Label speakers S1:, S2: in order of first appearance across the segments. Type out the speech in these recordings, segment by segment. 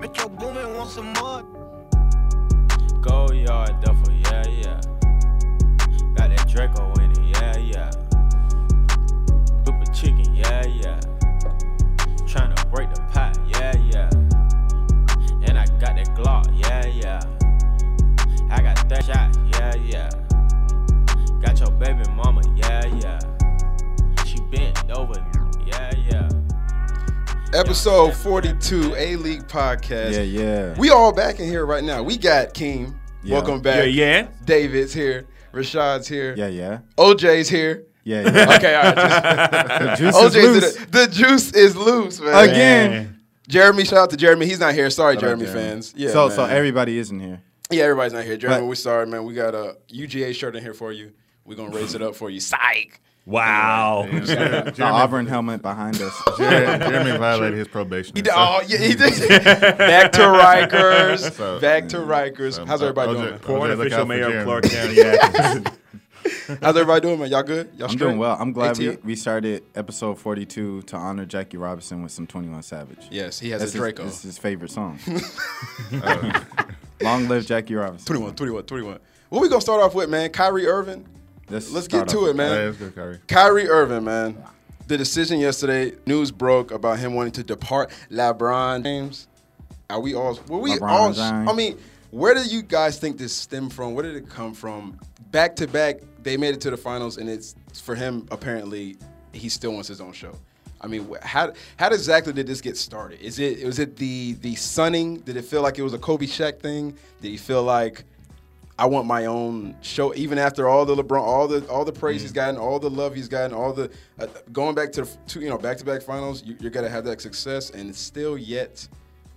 S1: make your woman want some more.
S2: Go yard duffel, yeah, yeah. Got that Draco in it, yeah, yeah. Loop of chicken, yeah, yeah. Tryna break the pot, yeah, yeah. And I got that Glock, yeah, yeah. I got that shot, yeah, yeah. Got your baby mama, yeah, yeah. She bent over, yeah, yeah.
S3: Episode 42, A League Podcast.
S4: Yeah, yeah.
S3: We all back in here right now. We got Keem.
S4: Yeah.
S3: Welcome back.
S5: Yeah, yeah.
S3: David's here. Rashad's here.
S4: yeah, yeah.
S3: OJ's here.
S4: Yeah, yeah.
S3: Okay, all right.
S4: The juice
S3: OJ's
S4: is loose.
S3: in the, the juice is loose, man.
S4: Again.
S3: Jeremy, shout out to Jeremy. He's not here. Sorry,
S4: Shout out
S3: Jeremy,
S4: Jeremy.
S3: fans. Yeah,
S4: so
S3: man.
S4: so everybody isn't here.
S3: yeah, everybody's not here. Jeremy,
S4: But-
S3: we're sorry, man. We got a UGA shirt in here for you. We're gonna raise it up for you. Psych.
S5: Wow.
S4: The Auburn helmet behind us.
S6: Jer- Jeremy violated his probation.
S3: He did, oh, yeah, he did. back to Rikers.
S6: So-
S3: back to Rikers. How's
S4: uh,
S6: um,
S3: everybody doing? man?
S5: Poor
S6: look out
S5: unofficial
S6: for
S5: mayor
S6: Jeremy.
S5: of Clark County. Athens.
S3: How's everybody doing, man? Y'all good? Y'all
S4: I'm doing well. I'm glad we,
S3: ATL?
S4: we started episode 42 to honor Jackie Robinson with some 21 Savage.
S3: Yes, he has a
S4: That's his-
S3: Draco.
S4: It's his favorite song. Long live Jackie Robinson.
S3: 21, 21, 21. What we gonna start off with, man? Kyrie Irving. Let's get
S4: start
S3: to
S4: off.
S3: it, man.
S6: Yeah, that's good, Kyrie.
S3: Kyrie Irving, man. The decision yesterday, news broke about him wanting to depart LeBron James. Are we all? Were we
S4: LeBron
S3: all?
S4: James.
S3: I mean, where do you guys think this stemmed from? Where did it come from? Back to back, they made it to the finals, and it's for him. Apparently, he still wants his own show. I mean, wh- how how exactly did this get started? Is it was it the the sunning? Did it feel like it was a Kobe Shaq thing? Did he feel like I want my own show. Even after all the LeBron, all the all the praise
S5: Mm.
S3: he's gotten, all the love he's gotten, all the uh, going back to the f- two, you know back to back finals, you, you're gonna have that success, and it's still yet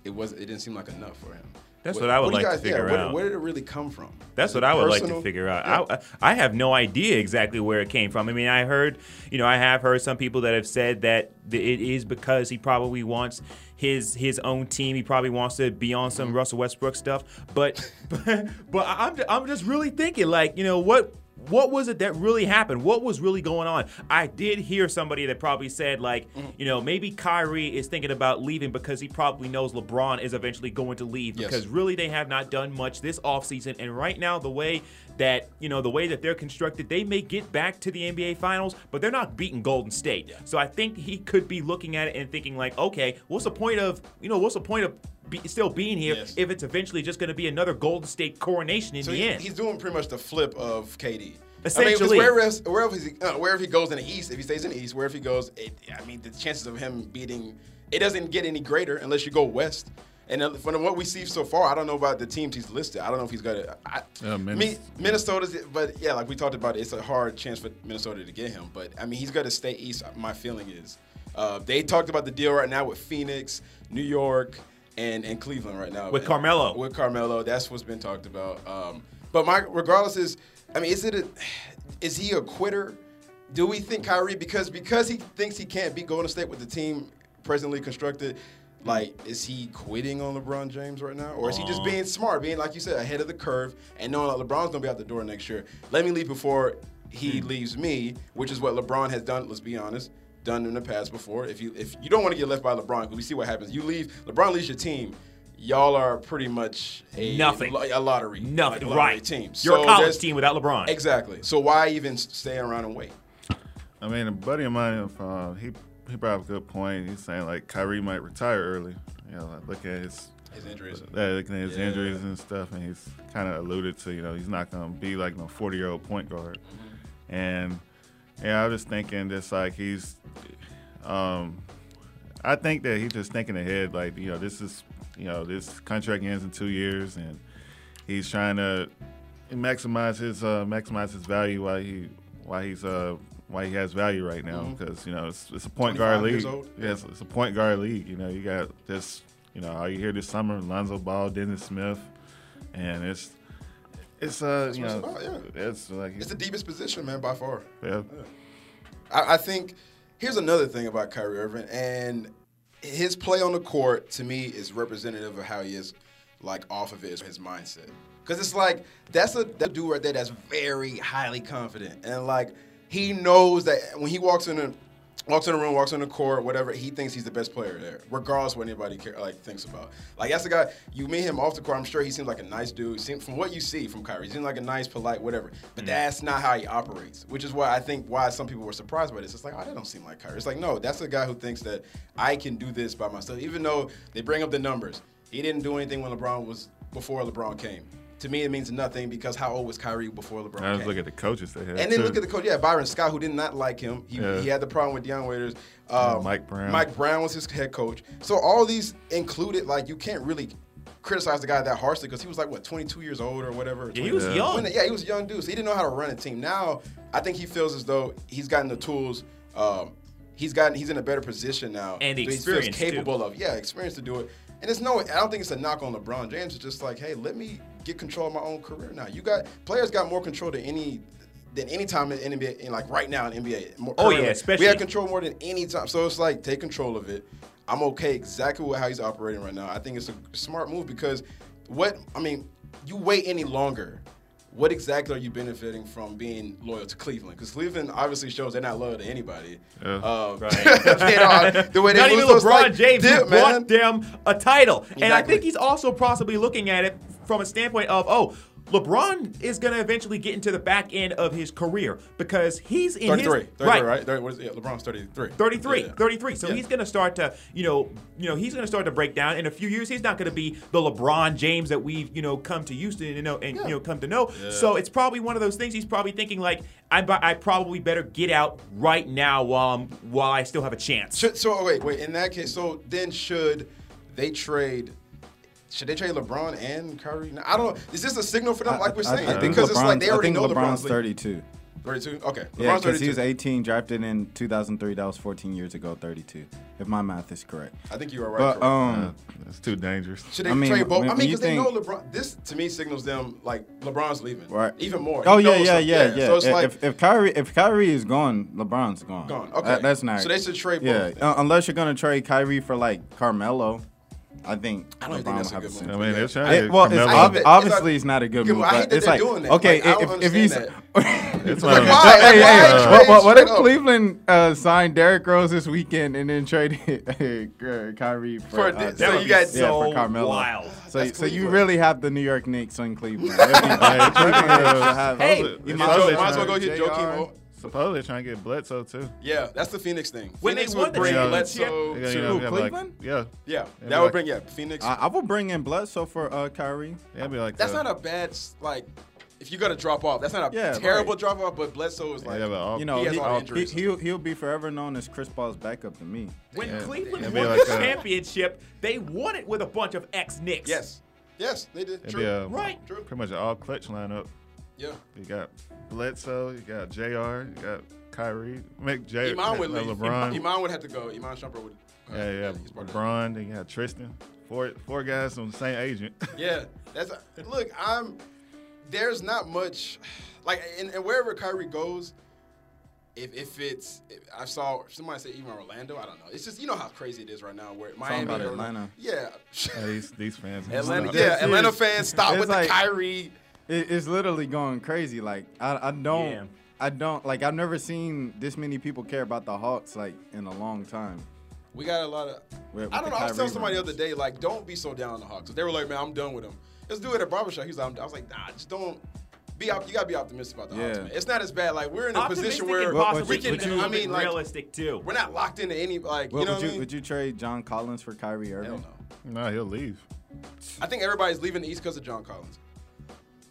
S3: it was it didn't seem like enough for him.
S5: That's what I would
S3: do you
S5: like to
S3: yeah,
S5: figure
S3: where,
S5: out.
S3: Where did it really come from?
S5: That's
S3: Is
S5: what
S3: it
S5: I would like
S3: personal?
S5: to figure out. I, I have no idea exactly where it came from. I mean, I heard, you know, I have heard some people that have said that th- it is because he probably wants his his own team. He probably wants to be on some Russell Westbrook stuff. But but, but I'm ju- I'm just really thinking like, you know, what what was it that really happened? What was really going on? I did hear somebody that probably said, like,
S3: Mm.
S5: you know, maybe Kyrie is thinking about leaving because he probably knows LeBron is eventually going to leave
S3: Yes.
S5: because really they have not done much this offseason. And right now, the way that, you know, the way that they're constructed, they may get back to the NBA Finals, but they're not beating Golden State. So I think he could be looking at it and thinking, like, okay, what's the point of, you know, what's the point of be, still being here
S3: Yes.
S5: if it's eventually just going to be another Golden State coronation in
S3: So
S5: the
S3: he-
S5: end?
S3: he's doing pretty much the flip of KD. I mean, 'cause
S5: Essentially.
S3: wherever, else- wherever, he's, uh, wherever he goes in the East, if he stays in the East, wherever he goes, it, I mean, the chances of him beating it doesn't get any greater unless you go West. And uh, from what we see so far, I don't know about the teams he's listed. I don't know if he's got to. I,
S6: Uh, Minnes-
S3: me, Minnesota's, but yeah, like we talked about, it's a hard chance for Minnesota to get him. But I mean, he's got to stay East. My feeling is, uh, they talked about the deal right now with Phoenix, New York, and and Cleveland right now
S5: With Carmelo.
S3: With Carmelo, that's what's been talked about. Um, but my regardless is, I mean, is it a, is he a quitter? Do we think Kyrie because because he thinks he can't beat Golden State with the team presently constructed? Like, is he quitting on LeBron James right now, or is he just
S5: Uh-huh.
S3: being smart, being like you said, ahead of the curve, and knowing that LeBron's gonna be out the door next year? Let me leave before he
S5: Hmm.
S3: leaves me, which is what LeBron has done. Let's be honest, done in the past before. If you if you don't want to get left by LeBron, 'cause we see what happens. You leave, LeBron leaves your team. Y'all are pretty much a
S5: Nothing.
S3: lo- a lottery,
S5: Nothing,
S3: like, lottery
S5: right?
S3: Team.
S5: You're
S3: So
S5: a college
S3: there's-
S5: team without LeBron.
S3: Exactly. So why even s- stay around and wait?
S6: I mean, a buddy of mine, uh, he he brought up a good point. He's saying like Kyrie might retire early. You know, like, look at his
S3: His injuries.
S6: uh, looking at his injuries and stuff, and he's kind of alluded to. You know, he's not gonna be like no forty year old point guard.
S3: Mm-hmm.
S6: And yeah, I was just thinking, just like he's, um, I think that he's just thinking ahead. Like you know, this is you know this contract ends in two years, and he's trying to maximize his uh, maximize his value while he while he's uh why he has value right now because you know it's, it's a point guard
S3: 25 Mm-hmm. years
S6: league.
S3: old?
S6: Yeah, it's, it's a point guard league. You know, you got this. You know, all you hear this summer: Lonzo Ball, Dennis Smith, and it's it's uh you
S3: what
S6: know
S3: it's about,
S6: it's like
S3: It's the deepest position, man, by far.
S6: yeah.
S3: I, I think here's another thing about Kyrie Irving, and his play on the court to me is representative of how he is, like off of it, his mindset. Cause it's like that's a that dude right there that's very highly confident, and like he knows that when he walks in a walks in the room, walks on the court, whatever. He thinks he's the best player there, regardless what anybody care, like thinks about. Like that's the guy. You meet him off the court. I'm sure he seems like a nice dude. Seem, from what you see from Kyrie, he seems like a nice, polite, whatever. But that's not how he operates, which is why I think why some people were surprised by this. It's like, oh, that don't seem like Kyrie. It's like, no, that's a guy who thinks that I can do this by myself. Even though they bring up the numbers, he didn't do anything when LeBron was before LeBron came. To me, it means nothing because how old was Kyrie before LeBron?
S6: I
S3: came?
S6: just look at the coaches they had.
S3: And then
S6: too.
S3: look at the coach. Yeah, Byron Scott, who did not like him. He,
S6: Yeah.
S3: he had the problem with Deion Waiters. Um,
S6: Mike Brown.
S3: Mike Brown was his head coach. So all these included, like you can't really criticize the guy that harshly because he was like what 22 years old or whatever.
S5: Yeah, he was
S3: 20
S5: young.
S3: When- yeah, he was a young dude. So he didn't know how to run a team. Now I think he feels as though he's gotten the tools. Um, he's gotten he's in a better position now.
S5: And the
S3: that he
S5: experience, too.
S3: feels capable of. Yeah, experience to do it. And it's no, I don't think it's a knock on LeBron James. It's just like, hey, let me get control of my own career now. You got players got more control than any than any time in NBA, in like right now in NBA. More,
S5: Oh, yeah,
S3: currently.
S5: especially-
S3: we have control more than any time. So it's like take control of it. I'm okay exactly with how he's operating right now. I think it's a smart move because what I mean, you wait any longer. What exactly are you benefiting from being loyal to Cleveland? Because Cleveland obviously shows they're not loyal to anybody.
S6: Yeah.
S3: Um,
S5: Right.
S3: they don't- the way they
S5: Not
S3: lose
S5: even
S3: those,
S5: LeBron
S3: like,
S5: James
S3: dip,
S5: who
S3: man.
S5: bought them a title. And I
S3: Exactly.
S5: think he's also possibly looking at it from a standpoint of, oh, LeBron is going to eventually get into the back end of his career because he's in
S3: 33,
S5: his
S3: 33, right? Thirty- what is it? Yeah, LeBron's 33.
S5: 33,
S3: Yeah, yeah.
S5: 33. So
S3: Yeah.
S5: he's going to start to, you know, you know, he's going to start to break down. In a few years, he's not going to be the LeBron James that we've, you know, come to used to, you know, and you know, come to know. So it's probably one of those things. He's probably thinking like, I, bu- I probably better get out right now while I'm, while I still have a chance.
S3: Should, so oh, wait, wait. In that case, so then should they trade? Should they trade LeBron and Kyrie? Now, I don't. know. Is this a signal for them? like we're
S4: I- I-
S3: saying,
S4: I, think
S3: because
S4: LeBron's,
S3: it's like they
S4: I
S3: already
S4: think
S3: know
S4: LeBron's
S3: league.
S4: 32.
S3: 32? Okay,
S4: Yeah,
S3: LeBron's
S4: because
S3: 32.
S4: he was 18, drafted in 2003. That was 14 years ago, 32, if my math is correct.
S3: I think you are right.
S4: But
S3: Jordan.
S6: Uh,
S4: um,
S6: it's too dangerous.
S3: should they
S4: I mean,
S3: trade both? I
S4: when-
S3: mean,
S4: when you
S3: because they know
S4: think-
S3: LeBron. This to me signals them like LeBron's leaving,
S4: Right.
S3: Even more.
S4: oh
S3: He
S4: yeah,
S3: knows
S4: yeah,
S3: something.
S4: yeah, yeah.
S3: So it's
S4: if,
S3: like
S4: if Kyrie, if Kyrie is gone, LeBron's gone.
S3: Gone, okay.
S4: That- that's not.
S3: So they should trade both
S4: Yeah,
S3: then.
S4: uh, unless you're gonna trade Kyrie for like Carmelo, I think
S3: I don't
S4: LeBron
S3: think that's
S4: will
S3: a good
S4: have a
S3: move.
S4: sense.
S6: I mean, they're
S4: I-
S6: trying to.
S4: well, it's
S6: Carmelo.
S3: I hate
S4: ob-
S3: that- it's
S4: obviously
S3: like-
S4: it's not a good
S3: Yeah,
S4: move.
S3: well, I hate
S4: but
S3: that
S4: it's
S3: they're
S4: like
S3: doing that.
S4: okay,
S3: Like, I
S4: i-
S3: don't
S4: if, if he's
S3: understand
S6: It's
S3: like,
S6: like-
S3: why?
S4: hey, hey,
S3: Why
S4: what,
S3: trade
S4: what- what if
S3: straight up?
S4: Cleveland uh, signed Derrick Rose this weekend and then traded uh, Kyrie for,
S3: For
S4: uh,
S3: this- So
S5: That would
S3: you
S5: be
S3: got-
S4: yeah,
S5: so
S4: for Carmelo.
S5: wild.
S4: So,
S3: That's
S4: so you
S3: Cleveland.
S4: really have the New York Knicks in Cleveland. Everybody- everybody should have-
S5: Hey,
S4: you
S6: you
S4: might as well
S3: might as well go
S4: try
S3: get
S4: JR.
S3: Joakim.
S6: Supposedly they're trying to get Bledsoe too.
S3: Yeah, that's the Phoenix thing.
S5: When they
S3: Phoenix
S5: won
S3: would
S5: the
S3: bring
S5: championship-
S3: Bledsoe
S6: They're gonna,
S3: to-
S6: you know, have like-
S4: Cleveland?
S6: yeah,
S3: yeah,
S6: They'll
S3: that
S6: be
S3: would
S6: like-
S3: bring yeah Phoenix.
S4: I, I will bring in Bledsoe for uh, Kyrie.
S6: that'd be like
S3: That's
S6: the-
S3: not a bad s- like. If you got to drop off, that's not a
S4: Yeah,
S3: terrible
S4: right.
S3: drop off. But Bledsoe is like,
S6: Yeah, but all,
S4: You know,
S3: He has
S4: he,
S3: all the injuries.
S4: he, will he'll be forever known as Chris Paul's backup to me.
S5: When
S6: Yeah.
S5: Cleveland
S6: It'd be
S5: won
S6: like
S5: the
S3: uh,
S6: a-
S5: championship, they won it with a bunch of ex Knicks.
S3: yes, yes, they did.
S6: it'd
S3: True.
S6: be a
S5: Right.
S3: True.
S6: pretty much an all clutch lineup.
S3: Yeah.
S6: You got Bledsoe, you got Jr., you got Kyrie, make J.
S3: Iman would
S6: Le-
S3: leave.
S6: LeBron.
S3: Iman would have to go. Iman Shumpert would. uh,
S6: yeah, yeah,
S3: he's part of that.
S6: LeBron. Then you got Tristan. Four, four guys from the same agent.
S3: Yeah, that's look. I'm there's not much like and, and wherever Kyrie goes. If, if it's, if I saw somebody say even Orlando. I don't know. It's just you know how crazy it is right now. Where Miami,
S4: about
S3: or-
S4: Atlanta.
S3: yeah,
S6: Yeah, these, these fans.
S3: Atlanta,
S6: Stop.
S3: yeah,
S4: It's-
S3: Atlanta
S4: it's-
S3: fans stop
S4: it's
S3: with
S4: like-
S3: the Kyrie.
S4: It, it's literally going crazy. Like I, I don't,
S5: Yeah.
S4: I don't like. I've never seen this many people care about the Hawks like in a long time.
S3: We got a lot of.
S4: With-
S3: I
S4: with
S3: don't
S4: the
S3: know. I was telling
S4: Kyrie
S3: somebody the
S4: rumors.
S3: other day, like, don't be so down on the Hawks. They were like, man, I'm done with them. This dude at a barbershop, he was like, I'm- I was like, nah, just don't. Be op- you gotta be optimistic about the Hawks,
S4: Yeah.
S3: man. It's not as bad. Like we're in a
S5: Optimistic
S3: position where
S5: and
S4: But- but
S5: possibly,
S3: we can.
S5: but you-
S3: I mean, like
S5: realistic too.
S3: we're not locked into any like.
S4: Well,
S3: you know what
S4: would you
S3: I mean?
S4: would you trade John Collins for Kyrie Irving?
S3: Hell no.
S6: No, he'll leave.
S3: I think everybody's leaving the East because of John Collins.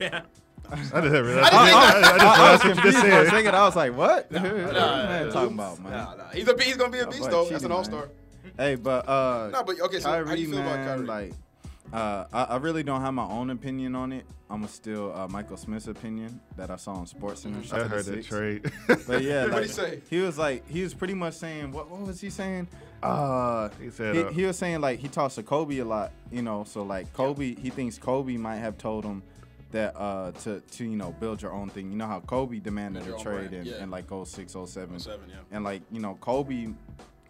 S5: Yeah.
S6: I didn't realize.
S3: I didn't think
S6: I,
S4: I, I was
S6: just realized what you
S4: confused
S6: just
S4: for a
S6: said.
S4: second. I was like, "What? what
S3: nah,
S4: are you man
S3: nah.
S4: talking about, man?"
S3: Nah, nah. He's a he's gonna be a
S4: That
S3: beast
S4: boy
S3: though. That's an
S4: cheating,
S3: all star.
S4: man. Hey, but uh,
S3: Nah, but, okay, so how
S4: Kyrie,
S3: do you feel about Kyrie?
S4: man, Like, uh, I, I really don't have my own opinion on it. I'm still uh, Michael Smith's opinion that I saw on
S3: Mm-hmm.
S4: SportsCenter. Shout out
S6: I
S4: to
S6: heard
S4: the
S6: that
S4: Six.
S6: trade.
S4: But yeah,
S3: What'd
S4: like,
S3: he say?
S4: He was like, he was pretty much saying, what, what was he saying? Uh,
S6: He said,
S4: he,
S6: uh,
S4: he was saying like he talks to Kobe a lot, you know. So like Kobe, he thinks Kobe might have told him that uh to to you know build your own thing. You know how Kobe
S3: Build
S4: demanded a
S3: your own
S4: trade
S3: brand,
S4: and,
S3: yeah.
S4: and like 06, 07.
S3: 07, yeah.
S4: And like you know Kobe,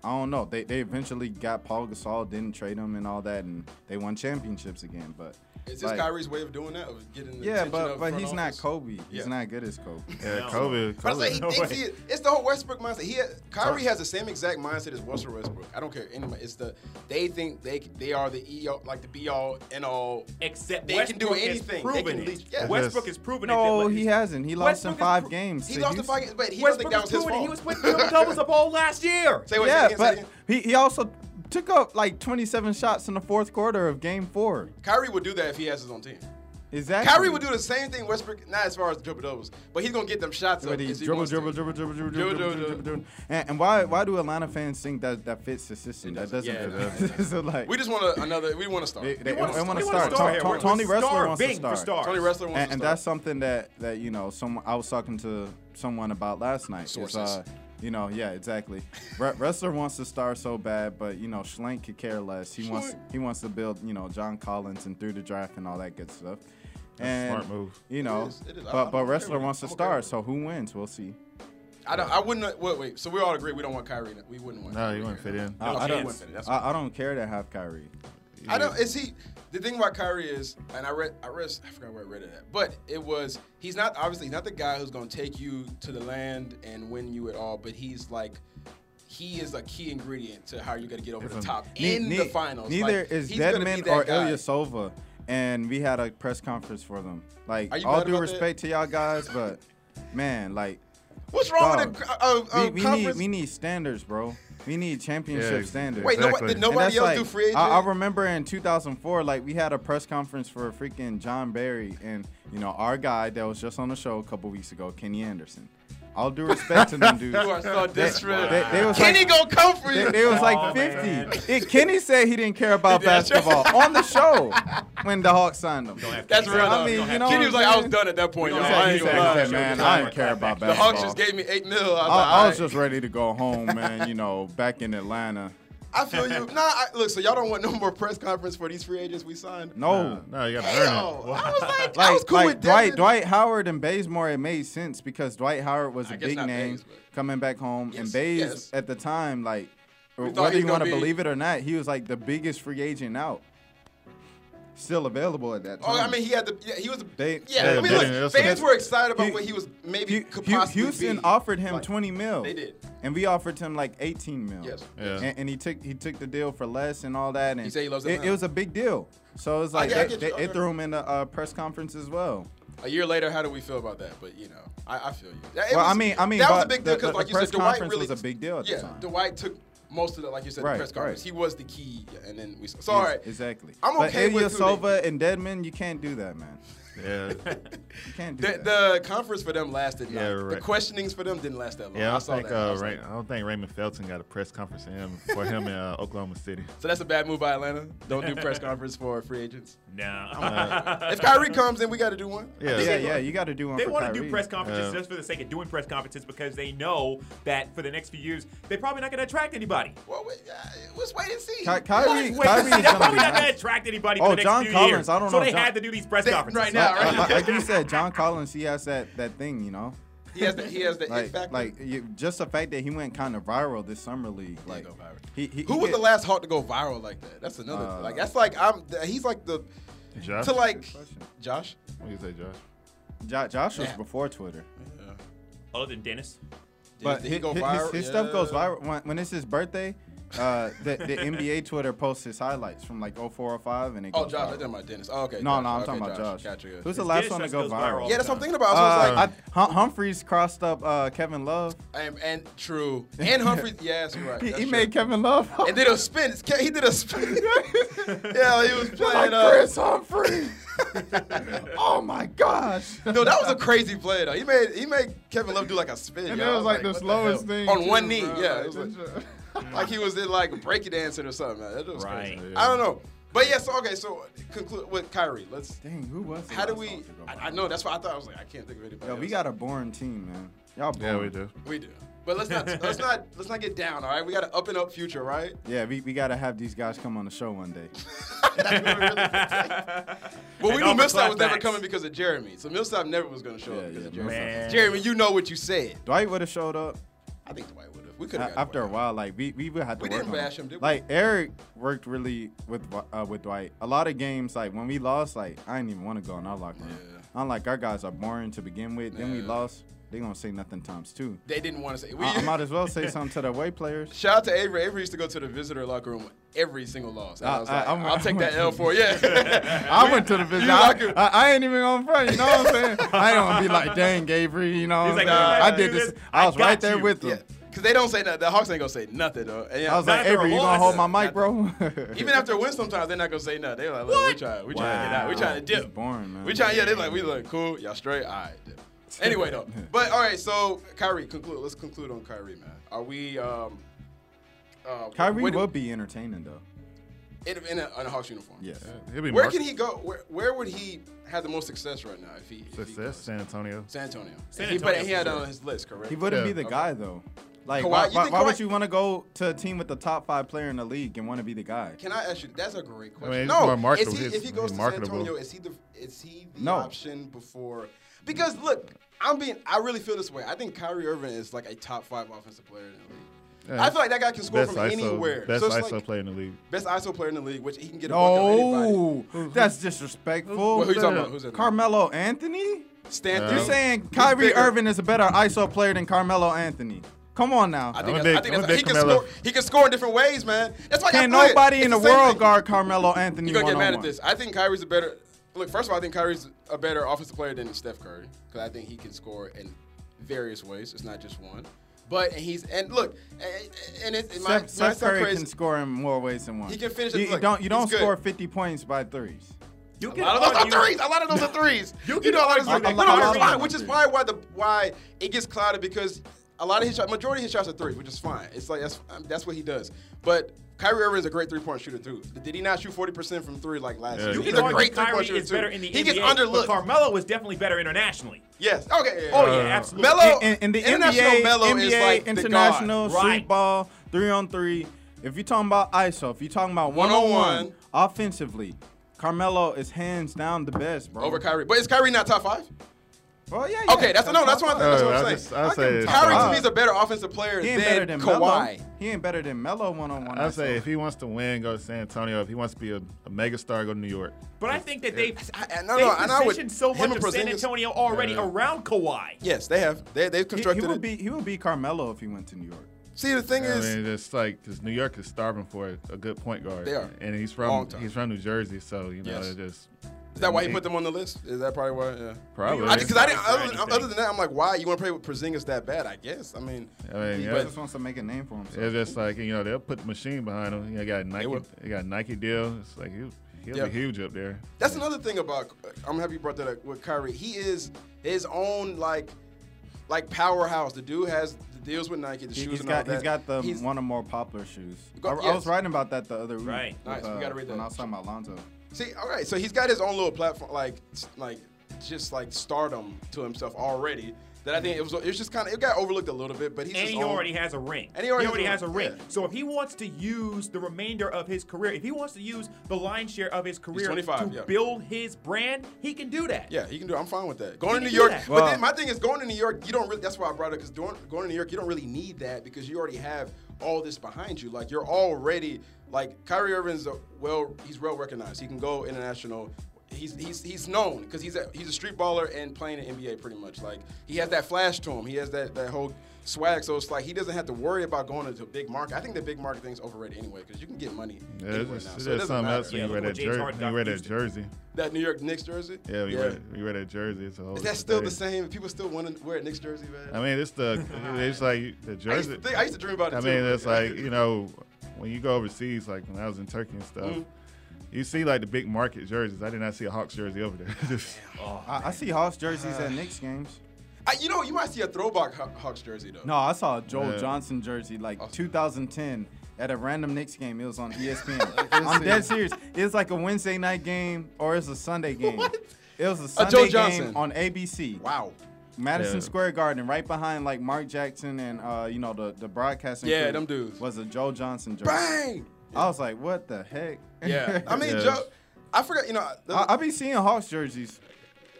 S4: I don't know. They they eventually got Paul Gasol, didn't trade him and all that, and they won championships again. But
S3: Is this
S4: Like-
S3: Kyrie's way of doing that? Of getting the
S4: Yeah,
S3: attention
S4: but
S3: of
S4: but
S3: front
S4: he's not
S3: office?
S4: Kobe.
S3: Yeah.
S4: He's not good as Kobe.
S6: Yeah,
S5: No.
S6: COVID.
S3: But I say he
S6: COVID.
S3: thinks
S5: way.
S3: he. It's the whole Westbrook mindset. He, has, Kyrie has the same exact mindset as Russell Westbrook. I don't care anybody. It's the they think they they are the e all like the be all and all.
S5: Except
S3: They can
S5: Westbrook
S3: do
S5: has
S3: anything. They
S5: proven
S3: can
S5: it.
S3: lead- yeah.
S5: Westbrook
S6: Yes.
S5: has proven it.
S4: No,
S5: that-
S4: he hasn't. He lost
S5: Westbrook
S4: in
S5: is
S4: five
S5: pro-
S4: games.
S3: He
S4: to
S3: lost the
S4: Houston.
S3: fight, but he
S5: Westbrook
S3: doesn't
S5: is
S3: think that was his
S5: proven it.
S3: fault.
S5: He was putting double doubles up all last year.
S3: Say what? say
S4: Yeah,
S3: again, say
S4: but
S3: again.
S4: he, he also took up like 27 shots in the fourth quarter of game four.
S3: Kyrie would do that if he has his own team.
S4: Exactly.
S3: Kyrie would do the same thing Westbrook, not as far as dribble doubles, but he's gonna get them shots. up
S4: But he
S3: as he
S4: dribble,
S3: wants to.
S4: dribble, dribble, dribble, dribble,
S3: Dribble,
S4: dribble, dribble,
S3: dribble,
S4: dribble, dribble. And, and why why do Atlanta fans think that that fits the system? That doesn't.
S3: yeah,
S4: fit. so like
S3: We just want to another. We want to start.
S4: they, they,
S3: We wanna
S4: they want to
S5: they
S4: start.
S5: wanna start here.
S4: Tony,
S5: We're
S4: Tony Wrestler wants to
S5: starving for
S4: start.
S5: stars.
S3: Tony Wrestler wants
S4: and,
S3: to
S4: and
S3: start.
S4: that's something that that you know some I was talking to someone about last night. It's,
S3: Sources.
S4: uh, you know, yeah, exactly. Re- wrestler wants to star so bad, but you know, Schlenk could care less. He wants
S3: Schlenk.
S4: he wants to build you know John Collins and through the draft and all that good stuff. And,
S6: smart move.
S4: You know,
S3: is, it is. I- I'm
S4: but
S3: okay
S4: but wrestler
S3: with it.
S4: wants to
S3: I'm okay
S4: star,
S3: with it.
S4: so who wins? We'll see.
S3: I don't. I wouldn't. Wait, wait. So we all agree we don't want Kyrie. in it. We wouldn't want.
S6: No,
S3: Kyrie
S6: he wouldn't
S3: in
S6: fit
S3: it.
S6: in.
S3: No,
S4: I, I
S3: he
S4: don't.
S3: wouldn't fit in. That's
S4: I, I don't care to have Kyrie.
S3: I don't. Is he? The thing about Kyrie is, and I read, I read, I forgot where I read it at, but it was he's not obviously he's not the guy who's gonna take you to the land and win you at all, but he's like. He is a key ingredient to how you're gonna get over the
S6: Listen,
S3: top
S4: Ne-
S3: in
S4: ne-
S3: the finals.
S4: Neither
S3: Like,
S4: is
S3: he's gonna be
S4: Deadman
S3: that
S4: or
S3: guy.
S4: Ilyasova, and we had a press conference for them. Like
S3: Are you
S4: all
S3: mad
S4: due
S3: about that?
S4: respect to y'all guys, but man, like
S3: What's wrong
S4: dog,
S3: with a, a, a
S4: we, we need
S3: Um, conference?
S4: we need standards, bro. We need championship
S6: Yeah, ex-
S4: standards.
S3: Wait, no,
S6: Exactly.
S3: did
S6: And
S4: And
S3: nobody
S4: that's
S3: else
S4: like-
S3: do free agent?
S4: I, I remember in 2004, like we had a press conference for freaking John Barry and you know our guy that was just on the show a couple weeks ago, Kenny Anderson. All due respect to them dudes.
S3: You are so disrespectful.
S4: they- they was
S3: Kenny
S4: like-
S3: gonna come for you.
S4: They, they was
S5: Oh,
S4: like
S5: man.
S4: 50. It, Kenny said he didn't care about
S3: That's right.
S4: basketball on the show when the Hawks signed him.
S5: have to-
S3: That's real.
S4: I
S3: though.
S4: mean, you know
S3: Kenny
S4: what
S3: was
S4: I'm
S3: like, I was
S4: saying?
S3: done at that point,
S4: He
S3: y'all.
S5: don't
S3: I
S4: said,
S3: ain't
S4: he
S3: gonna
S4: said,
S3: lie.
S4: he
S5: gonna lie.
S4: said, man, I didn't care about
S3: The
S4: basketball.
S3: Hawks just gave me eight mil. I was like,
S4: I, I
S3: all
S4: was
S3: right.
S4: just ready to go home, man. You know, back in Atlanta.
S3: I feel you. Nah, I, look. So y'all don't want no more press conference for these free agents we signed.
S4: No,
S6: No, you gotta
S3: Hell,
S6: earn it.
S3: Oh, I was like, I was
S4: like,
S3: cool
S4: like
S3: with
S4: Dwight,
S3: Devin.
S4: Dwight Howard and Bazemore, it made sense because Dwight Howard was
S3: I
S4: a
S3: guess
S4: big
S3: not
S4: name
S3: Baze, but-
S4: coming back home,
S3: Yes,
S4: and Baze
S3: yes.
S4: at the time, like
S3: We thought
S4: whether
S3: he was
S4: you
S3: gonna
S4: want to
S3: be-
S4: believe it or not, he was like the biggest free agent out, still available at that time.
S3: Oh, I mean, he had the. Yeah, he was.
S4: They-
S3: yeah,
S4: they
S3: I mean,
S6: did
S3: look,
S6: it. That's
S3: fans
S6: what-
S3: were excited about
S4: Hu-
S3: what he was maybe
S4: Hu-
S3: could
S4: Hu-
S3: possibly
S4: Houston
S3: be.
S4: offered him
S3: Like,
S4: 20 mil.
S3: They did.
S4: And we offered him like 18 mil.
S3: Yes.
S6: Yeah.
S4: And, and he took he took the deal for less and all that. And
S3: He said he loves
S4: it,
S3: Atlanta. Oh,
S4: it was a big deal. So it's like
S3: yeah, I
S4: they,
S3: get you.
S4: they- they
S3: Okay.
S4: threw him in a uh, press conference as well.
S3: A year later, how do we feel about that? But you know, I, I feel you. That- it
S4: Well, I
S3: was-
S4: mean- I mean,
S3: that was
S4: but
S3: a big
S4: the-
S3: deal because,
S4: the-
S3: like
S4: the
S3: you said,
S4: press
S3: Dwight
S4: conference
S3: really
S4: was a big deal at the
S3: yeah,
S4: time.
S3: Dwight took most of the, like you said,
S4: Right,
S3: the press conference.
S4: right.
S3: He was the key, and then we. Sorry,
S4: Yes, exactly.
S3: I'm
S4: but
S3: okay with who
S4: Ilyasova and Deadman, you can't do that, man.
S6: Yeah.
S4: You can't do
S3: The,
S4: that.
S3: the conference for them lasted.
S6: Yeah,
S3: long. The
S6: right.
S3: questionings for them didn't last that long.
S6: Yeah, I,
S3: I
S6: don't
S3: saw
S6: think,
S3: that. I
S6: uh,
S3: was
S6: Ray,
S3: like,
S6: I don't think Raymond Felton got a press conference for him, for him in uh, Oklahoma City.
S3: so that's a bad move by Atlanta. Don't do press conference for free agents.
S4: Uh,
S5: No.
S3: If Kyrie comes, then we got to do one. I
S6: Uh, Yeah.
S3: think
S4: yeah,
S3: they-
S4: yeah, you got to do one
S5: They
S4: for
S5: want to
S4: Kyrie.
S5: do press conferences
S6: Yeah.
S5: just for the sake of doing press conferences because they know that for the next few years they're probably not going to attract anybody.
S3: Well, we, uh, let's wait and see.
S4: Ky- Kyrie, Kyrie's gonna
S5: Wait, they're
S4: be
S5: probably not going to
S4: nice.
S5: attract anybody
S4: Oh,
S5: for the next
S4: John
S5: few
S4: Collins,
S5: years.
S4: I don't
S5: so
S4: know
S5: they
S4: John-
S5: had to do these press
S3: They-
S5: conferences.
S3: right now,
S4: Like- like, like you said, John Collins, he has that, that thing, you know?
S3: He has the, he has the it
S4: Like,
S3: factor.
S4: like you, just the fact that he went kind of viral this summer league.
S3: Like,
S4: Like, he, he,
S3: Who
S4: he
S3: was
S4: get-
S3: the last Hawk to go viral like that? That's another.
S4: Uh,
S3: like that's like I'm. th- He's like the
S6: Josh?
S3: to like
S4: question.
S3: Josh.
S6: What do you say, Josh?
S4: Jo- Josh was
S3: Yeah.
S4: before Twitter,
S5: Other than Dennis.
S4: but
S3: Did he
S4: his,
S3: go
S4: his-
S3: viral?
S4: his stuff goes
S3: Yeah.
S4: viral when, when it's his birthday. Uh, the, the NBA Twitter posts his highlights from like 0405 and it
S3: Oh,
S4: goes.
S3: Josh. I'm
S4: viral.
S3: talking about Dennis. Oh, okay.
S4: No,
S3: Josh.
S4: no, I'm
S3: Okay,
S4: talking about Josh.
S3: Gotcha, yeah.
S4: Who's the
S5: His
S4: last
S5: dish
S4: one to
S5: just
S4: go
S5: goes
S4: viral?
S5: viral.
S3: Yeah, that's what I'm thinking about. So I was
S4: Uh,
S3: like,
S6: Um,
S4: I, Hum- Humphreys crossed up uh, Kevin Love.
S3: and, and true, and Humphreys. yes, you're right.
S4: He,
S3: That's
S4: he
S3: true.
S4: made Kevin Love.
S3: and did a spin. It's Ke- He did a spin. yeah, he was
S4: like
S3: playing. Uh,
S4: Chris Humphrey. oh my gosh.
S3: no, that was a crazy play though. He made he made Kevin Love do like a spin.
S6: And
S3: yo.
S6: that
S3: I
S6: was like the
S3: what
S6: slowest
S3: hell?
S6: thing.
S3: on
S6: too,
S3: one knee.
S6: bro.
S3: Yeah,
S6: Like,
S3: it was like,
S6: that's-
S3: like he was in like breakdancing or something. man. That was crazy.
S5: Right.
S3: I don't know, but yeah. So okay, so conclude with Kyrie. Let's.
S4: Dang, who was? the
S3: How do
S4: last
S3: we?
S4: one to go
S3: I,
S4: viral?
S3: I know that's why I thought I was like I can't think of anybody.
S4: Yo, we
S3: else.
S4: got a boring team, man. Y'all boring.
S6: yeah, we do.
S3: We do. But let's not let's not let's not get down. All right, we got an up and up future, right?
S4: Yeah, we, we gotta have these guys come on the show one day.
S3: Well, we
S5: And
S3: knew
S5: all the
S3: Millsap was never
S5: clapbacks.
S3: coming because of Jeremy. So Millsap never was going to show
S4: Yeah,
S3: up because
S4: yeah,
S3: of Jeremy.
S4: Millsap.
S5: Man.
S3: Jeremy, you know what you said.
S4: Dwight would have showed up.
S3: I think Dwight would have. We could have.
S4: after a while, like we, we would have to
S3: We
S4: work
S3: didn't
S4: on
S3: bash
S4: it.
S3: him, did we?
S4: Like Eric worked really with Dw- uh, with Dwight. A lot of games, like when we lost, like I didn't even want to go in our locker room.
S3: Yeah.
S4: I'm like, our guys are boring to begin with. Then we
S3: Yeah.
S4: lost. They gonna say nothing times two.
S3: They didn't want to say. We,
S4: I, I might as well say something to the away players.
S3: Shout out to Avery. Avery used to go to the visitor locker room every single loss. And I,
S4: I-
S3: was
S4: I-
S3: like,
S4: I'm-
S3: I'll
S4: I'm
S3: take that
S4: with
S3: L
S4: you.
S3: for yeah.
S4: I went to the visit. I,
S3: like it.
S4: I, I ain't even on front. You know what I'm saying? I ain't gonna be like, dang, Avery. You know, what
S5: He's
S4: I'm
S5: like,
S4: saying?
S5: "Nah,
S4: I
S5: do
S4: did this.
S5: this. I
S4: I was right
S5: got
S4: there
S5: you."
S4: with them.
S3: yeah, because they don't say nothing. The Hawks ain't gonna say nothing though. And, yeah,
S4: I was
S5: Not
S4: like,
S5: after a
S4: Avery, you gonna
S5: loss.
S4: hold my mic, bro?
S3: even after a win, sometimes they're not gonna say nothing. They're like, look, we try, we trying to get out, we trying to
S4: It's
S3: dip.
S4: boring, man.
S3: We trying, yeah. They like, we look cool, y'all straight, all right. Dip. Anyway though, but all right. So Kyrie, conclude. Let's conclude on Kyrie, man. Are we? um uh,
S4: Kyrie
S3: what-
S4: would be entertaining though.
S3: in, in, a, in a Hawks uniform.
S4: Yes.
S6: He'll be
S3: Where
S6: mark-
S3: can he go? Where, where would he have the most success right now if he? If He
S6: Success,
S3: goes?
S6: San Antonio.
S3: San Antonio.
S5: San
S3: he, but
S5: Antonio,
S3: he had
S5: for
S3: on
S5: sure.
S3: his list, correct?
S4: He wouldn't be
S6: Yeah.
S4: the guy though. Like,
S3: Kawhi-
S4: why,
S3: you
S4: why,
S3: think
S4: why
S3: Kawhi-
S4: would you want to go to a team with the top five player in the league and want to be the guy?
S3: Can I ask you? That's a great question.
S6: he's
S3: no,
S6: more marketable.
S3: is he,
S6: He's-
S3: if he goes to
S6: he's
S3: San
S6: marketable.
S3: Antonio, is he the is he the
S4: No.
S3: option before? Because look, I'm being I really feel this way. I think Kyrie Irving is like a top five offensive player in the league.
S6: Yeah.
S3: I feel like that guy can score
S6: Best
S3: from
S6: ISO,
S3: anywhere.
S6: best
S3: so it's
S6: ISO
S3: like
S6: player in the league.
S3: best ISO player in the league, which he can get a bucket on anybody.
S4: No, that's disrespectful.
S3: Well, who you talking about? Who's that?
S4: Carmelo Anthony?
S3: Stan
S6: Yeah.
S4: You're
S3: Thurm.
S4: saying
S3: He's
S4: Kyrie
S3: bigger.
S4: Irving is a better ISO player than Carmelo Anthony? Come on now.
S3: I think,
S6: I'm a
S3: that's, I
S6: big-
S3: think
S6: I'm a
S3: that's, he
S6: big
S3: can
S6: Carmelo.
S3: score. He can score in different ways, man. That's why I
S4: Can
S3: play it.
S4: nobody
S3: It's
S4: in the
S3: same
S4: world
S3: thing.
S4: guard Carmelo Anthony?
S3: You're gonna get mad at
S4: one-on-one?
S3: this. I think Kyrie's a better. Look, first of all, I think Kyrie's a better offensive player than Steph Curry because I think he can score in various ways. It's not just one. But and he's and look and, and it's and my,
S4: Steph,
S3: my
S4: Steph
S3: son
S4: Curry
S3: Curry's-
S4: can score in more ways than one.
S3: He can finish it.
S4: You, you
S3: Look,
S4: don't you don't
S3: he's good.
S4: score 50 points by threes.
S5: You
S3: a
S5: can
S3: lot of those
S5: argue-
S3: are threes. A lot of those are threes. You,
S5: can
S3: know, a lot of those are
S5: argue
S3: threes.
S4: that
S3: No, no,
S4: Kyrie's
S3: that's why-
S4: not
S3: which is
S4: three.
S3: why why the why it gets clouded because a lot of his shots, majority of his shots are three, which is fine. It's like that's um, that's what he does. But Kyrie Irving is a great three point shooter too. Did he not shoot forty percent from three like last
S6: Yeah.
S3: year?
S6: You
S5: You
S3: He's
S5: can
S3: a
S5: argue
S3: great three
S5: Kyrie
S3: point shooter
S5: is better
S3: too.
S5: in the
S3: he
S5: NBA.
S3: gets
S5: but
S3: underlooked.
S5: Carmelo was definitely better internationally.
S3: Yes. Okay.
S5: Oh yeah,
S6: Uh,
S5: absolutely.
S3: Mello,
S4: in, in the
S3: international
S4: NBA,
S3: Mello
S4: NBA
S3: is like the
S4: international
S3: god.
S4: shoot
S5: Right.
S4: ball three on three. If you're talking about ISO, if you're talking about one on one
S3: One-on-one.
S4: offensively, Carmelo is hands down the best, bro.
S3: over Kyrie. But is Kyrie not top five?
S4: Well, yeah, yeah.
S3: Okay, that's- no, that's what I think. That's what I'm
S6: uh, I
S3: saying.
S6: just, I
S4: I
S6: say
S4: can
S6: it's
S4: top
S3: Kyrie
S6: top
S3: to
S4: five.
S3: me is a better offensive player
S4: He
S3: than,
S4: ain't better than
S3: Kawhi.
S4: Melo. He ain't better than Melo one on one.
S6: I say if he wants to win, go to San Antonio. If he wants to be a, a megastar, go to New York.
S5: But I think that they
S3: I- I- no,
S5: they
S3: no, and I would-
S5: positioned so
S3: him
S5: much
S3: and
S5: of San
S3: Porzingis-
S5: Antonio already
S6: Yeah.
S5: around Kawhi.
S3: Yes, they have. They they've
S4: he,
S3: constructed
S4: he
S3: it.
S4: would be he would be Carmelo if he went to New York.
S3: See, the thing
S6: I
S3: is,
S6: mean, it's like because New York is starving for a, a good point guard.
S3: They are.
S6: and he's
S3: Long
S6: from
S3: time.
S6: he's from New Jersey, so you know
S3: Yes.
S6: it just
S3: is that why he put them on the list? Is that probably why? Yeah.
S6: probably.
S3: I because I didn't.
S5: Sorry,
S3: Other than,
S5: anything.
S3: other than that, I'm like, why you want to play with Porzingis that bad? I guess. I mean,
S6: I mean,
S4: He
S6: yeah.
S4: just wants to make a name for himself.
S6: It's just like you know they'll put the machine behind him. You know, got Nike.
S3: will.
S6: They got Nike deal. It's like he'll, he'll
S3: Yeah.
S6: be huge up there.
S3: that's another thing about. I'm happy you brought that up with Kyrie. He is his own like, like powerhouse. The dude has the deals with Nike, the
S4: He,
S3: shoes
S4: has
S3: and all
S4: got
S3: that.
S4: he's got the
S3: He's-
S4: one or more popular shoes.
S3: Go-
S4: I, I
S3: yes.
S4: was writing about that the other week.
S5: Right.
S4: with,
S3: Nice, we
S4: uh,
S3: gotta read
S4: When
S3: that.
S4: I was talking about Lonzo.
S3: See, all right, so he's got his own little platform, like s- like just like stardom to himself already. That I think it was it was just kind of it got overlooked a little bit, but he's
S5: and
S3: his
S5: he
S3: own-
S5: already has a ring.
S3: And he already has
S5: has,
S3: a
S5: a
S3: ring,
S5: ring.
S3: yeah.
S5: So if he wants to use the remainder of his career, if he wants to use the lion's share of his career
S3: 25,
S5: to
S3: yeah.
S5: build his brand, he can do that.
S3: Yeah, he can do. it. I'm fine with that. Going to
S5: can
S3: New
S5: do
S3: York,
S5: that.
S3: but
S4: Well-
S3: then my thing is going to New York. You don't really. That's why I brought it because going, going to New York, you don't really need that because you already have all this behind you. Like you're already like Kyrie Irving's a, well, he's well recognized. He can go international. He's he's he's known because he's a he's a street baller and playing in NBA pretty much. Like he has that flash to him. He has that that whole swag. So it's like he doesn't have to worry about going to the big market. I think the big market thing's overrated anyway because you can get money
S6: Yeah,
S3: anywhere
S6: it's
S3: now.
S6: just,
S3: So it
S6: it's
S3: doesn't
S6: something
S3: matter.
S6: else when
S5: Yeah,
S6: you
S5: look
S6: wear
S5: what
S6: that
S5: James
S6: jersey.
S5: Harden
S6: When you wear
S5: got
S6: that jersey.
S3: That New York Knicks jersey.
S6: Yeah, we wear we wear that jersey. It's a whole
S3: Is that
S6: different
S3: still the
S6: thing.
S3: same? People still want to wear a Knicks jersey, man.
S6: I mean, it's the it's like the
S3: I used
S6: jersey.
S3: to, think, I used to dream about it.
S6: I
S3: too.
S6: mean, it's like you know, when you go overseas, like when I was in Turkey and stuff, you see like the big market jerseys. I did not see a Hawks jersey over there. Just-
S3: oh,
S4: I, I see Hawks jerseys at Knicks games.
S3: I- you know, you might see a throwback Haw- Hawks jersey though.
S4: No, I saw a Joel
S6: Yeah.
S4: Johnson jersey like
S3: Awesome.
S4: 2010 at a random Knicks game. It was on E ESPN. I'm dead serious. It was like a Wednesday night game or it's a Sunday game.
S3: What?
S4: It was a
S3: A Joe
S4: Sunday
S3: Johnson.
S4: game on ABC.
S3: Wow.
S4: Madison
S6: Yeah.
S4: Square Garden, right behind like Mark Jackson and uh, you know the the broadcasting.
S3: Yeah,
S4: crew,
S3: them dudes.
S4: Was a Joe Johnson jersey.
S3: Bang.
S4: I was like, what the heck?
S3: Yeah. I mean,
S6: Yeah.
S3: Joe. I forgot. You know, the-
S4: I, I be seeing Hawks jerseys.